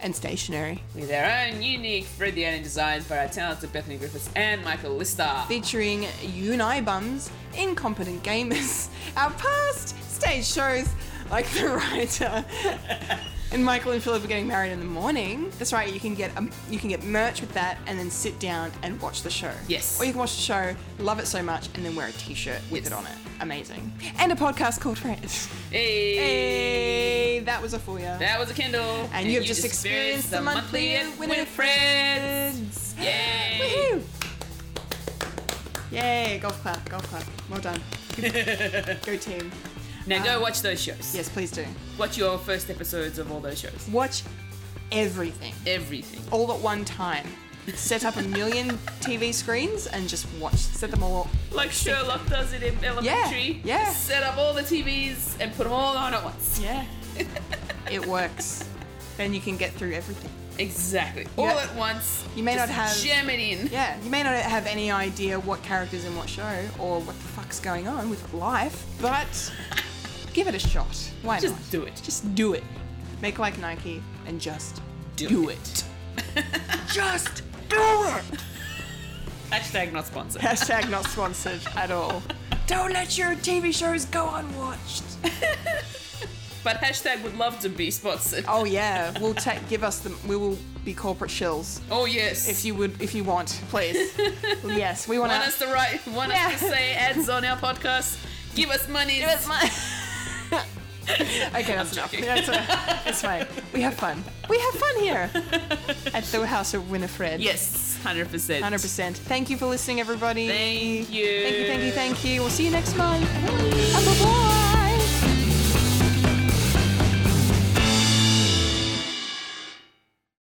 B: and stationery.
A: With our own unique Fred the Alien designs by our talented Bethany Griffiths and Michael Lister.
B: Featuring Unai Bums, Incompetent Gamers, (laughs) our past stage shows like The Writer, (laughs) and Michael and Philip are getting married in the morning. That's right. You can get um, you can get merch with that, and then sit down and watch the show.
A: Yes.
B: Or you can watch the show, love it so much, and then wear a T-shirt with it
A: Yes.
B: on it. Amazing. And a podcast called
A: (laughs)
B: Friends.
A: Hey.
B: Hey, that was a fool ya.
A: That was a Kindle. And,
B: you have just experienced the monthly
A: at
B: Winifred.
A: Winifred's. Yay.
B: Woohoo! Yay! Golf clap, golf clap. Well
A: (laughs)
B: done. Go team.
A: Now go watch those shows.
B: Ah. Yes, please do.
A: Watch your first episodes of all those shows.
B: Watch everything.
A: Everything.
B: all at one time. Set up a million TV screens and just watch. Set them all.
A: Like Sherlock does it in elementary.
B: yeah.
A: Just set up all the TVs and put them all on at once.
B: Yeah. (laughs) it works. Then you can get through everything.
A: Exactly. All
B: Yeah.
A: at once.
B: You may
A: Just
B: not have-
A: Jam it in.
B: Yeah, you may not have any idea what characters in what show or what the fuck's going on with life, but give it a shot. Why
A: Just
B: not?
A: do it.
B: Just do it. Make like Nike and just
A: Do
B: it. just do it.
A: Hashtag not
B: (laughs)
A: sponsored.
B: Hashtag not sponsored at all. Don't let your TV shows go unwatched.
A: But hashtag would love to be sponsored.
B: Oh yeah, we'll take. Give us the. We will be corporate shills
A: Oh yes.
B: if you would, if you want, please.
A: (laughs)
B: yes, we want
A: want us
B: to.
A: to write, want us to
B: Yeah.
A: say ads on our podcast, give us money. Give
B: (laughs) Okay, that's enough.
A: joking.
B: That's enough. It's fine. We have fun. We have fun
A: (laughs)
B: here at the House of Winifred.
A: Yes, hundred percent.
B: hundred percent. Thank you for listening, everybody.
A: Thank you.
B: Thank you, thank you, thank you. We'll see you next month. Bye. Bye.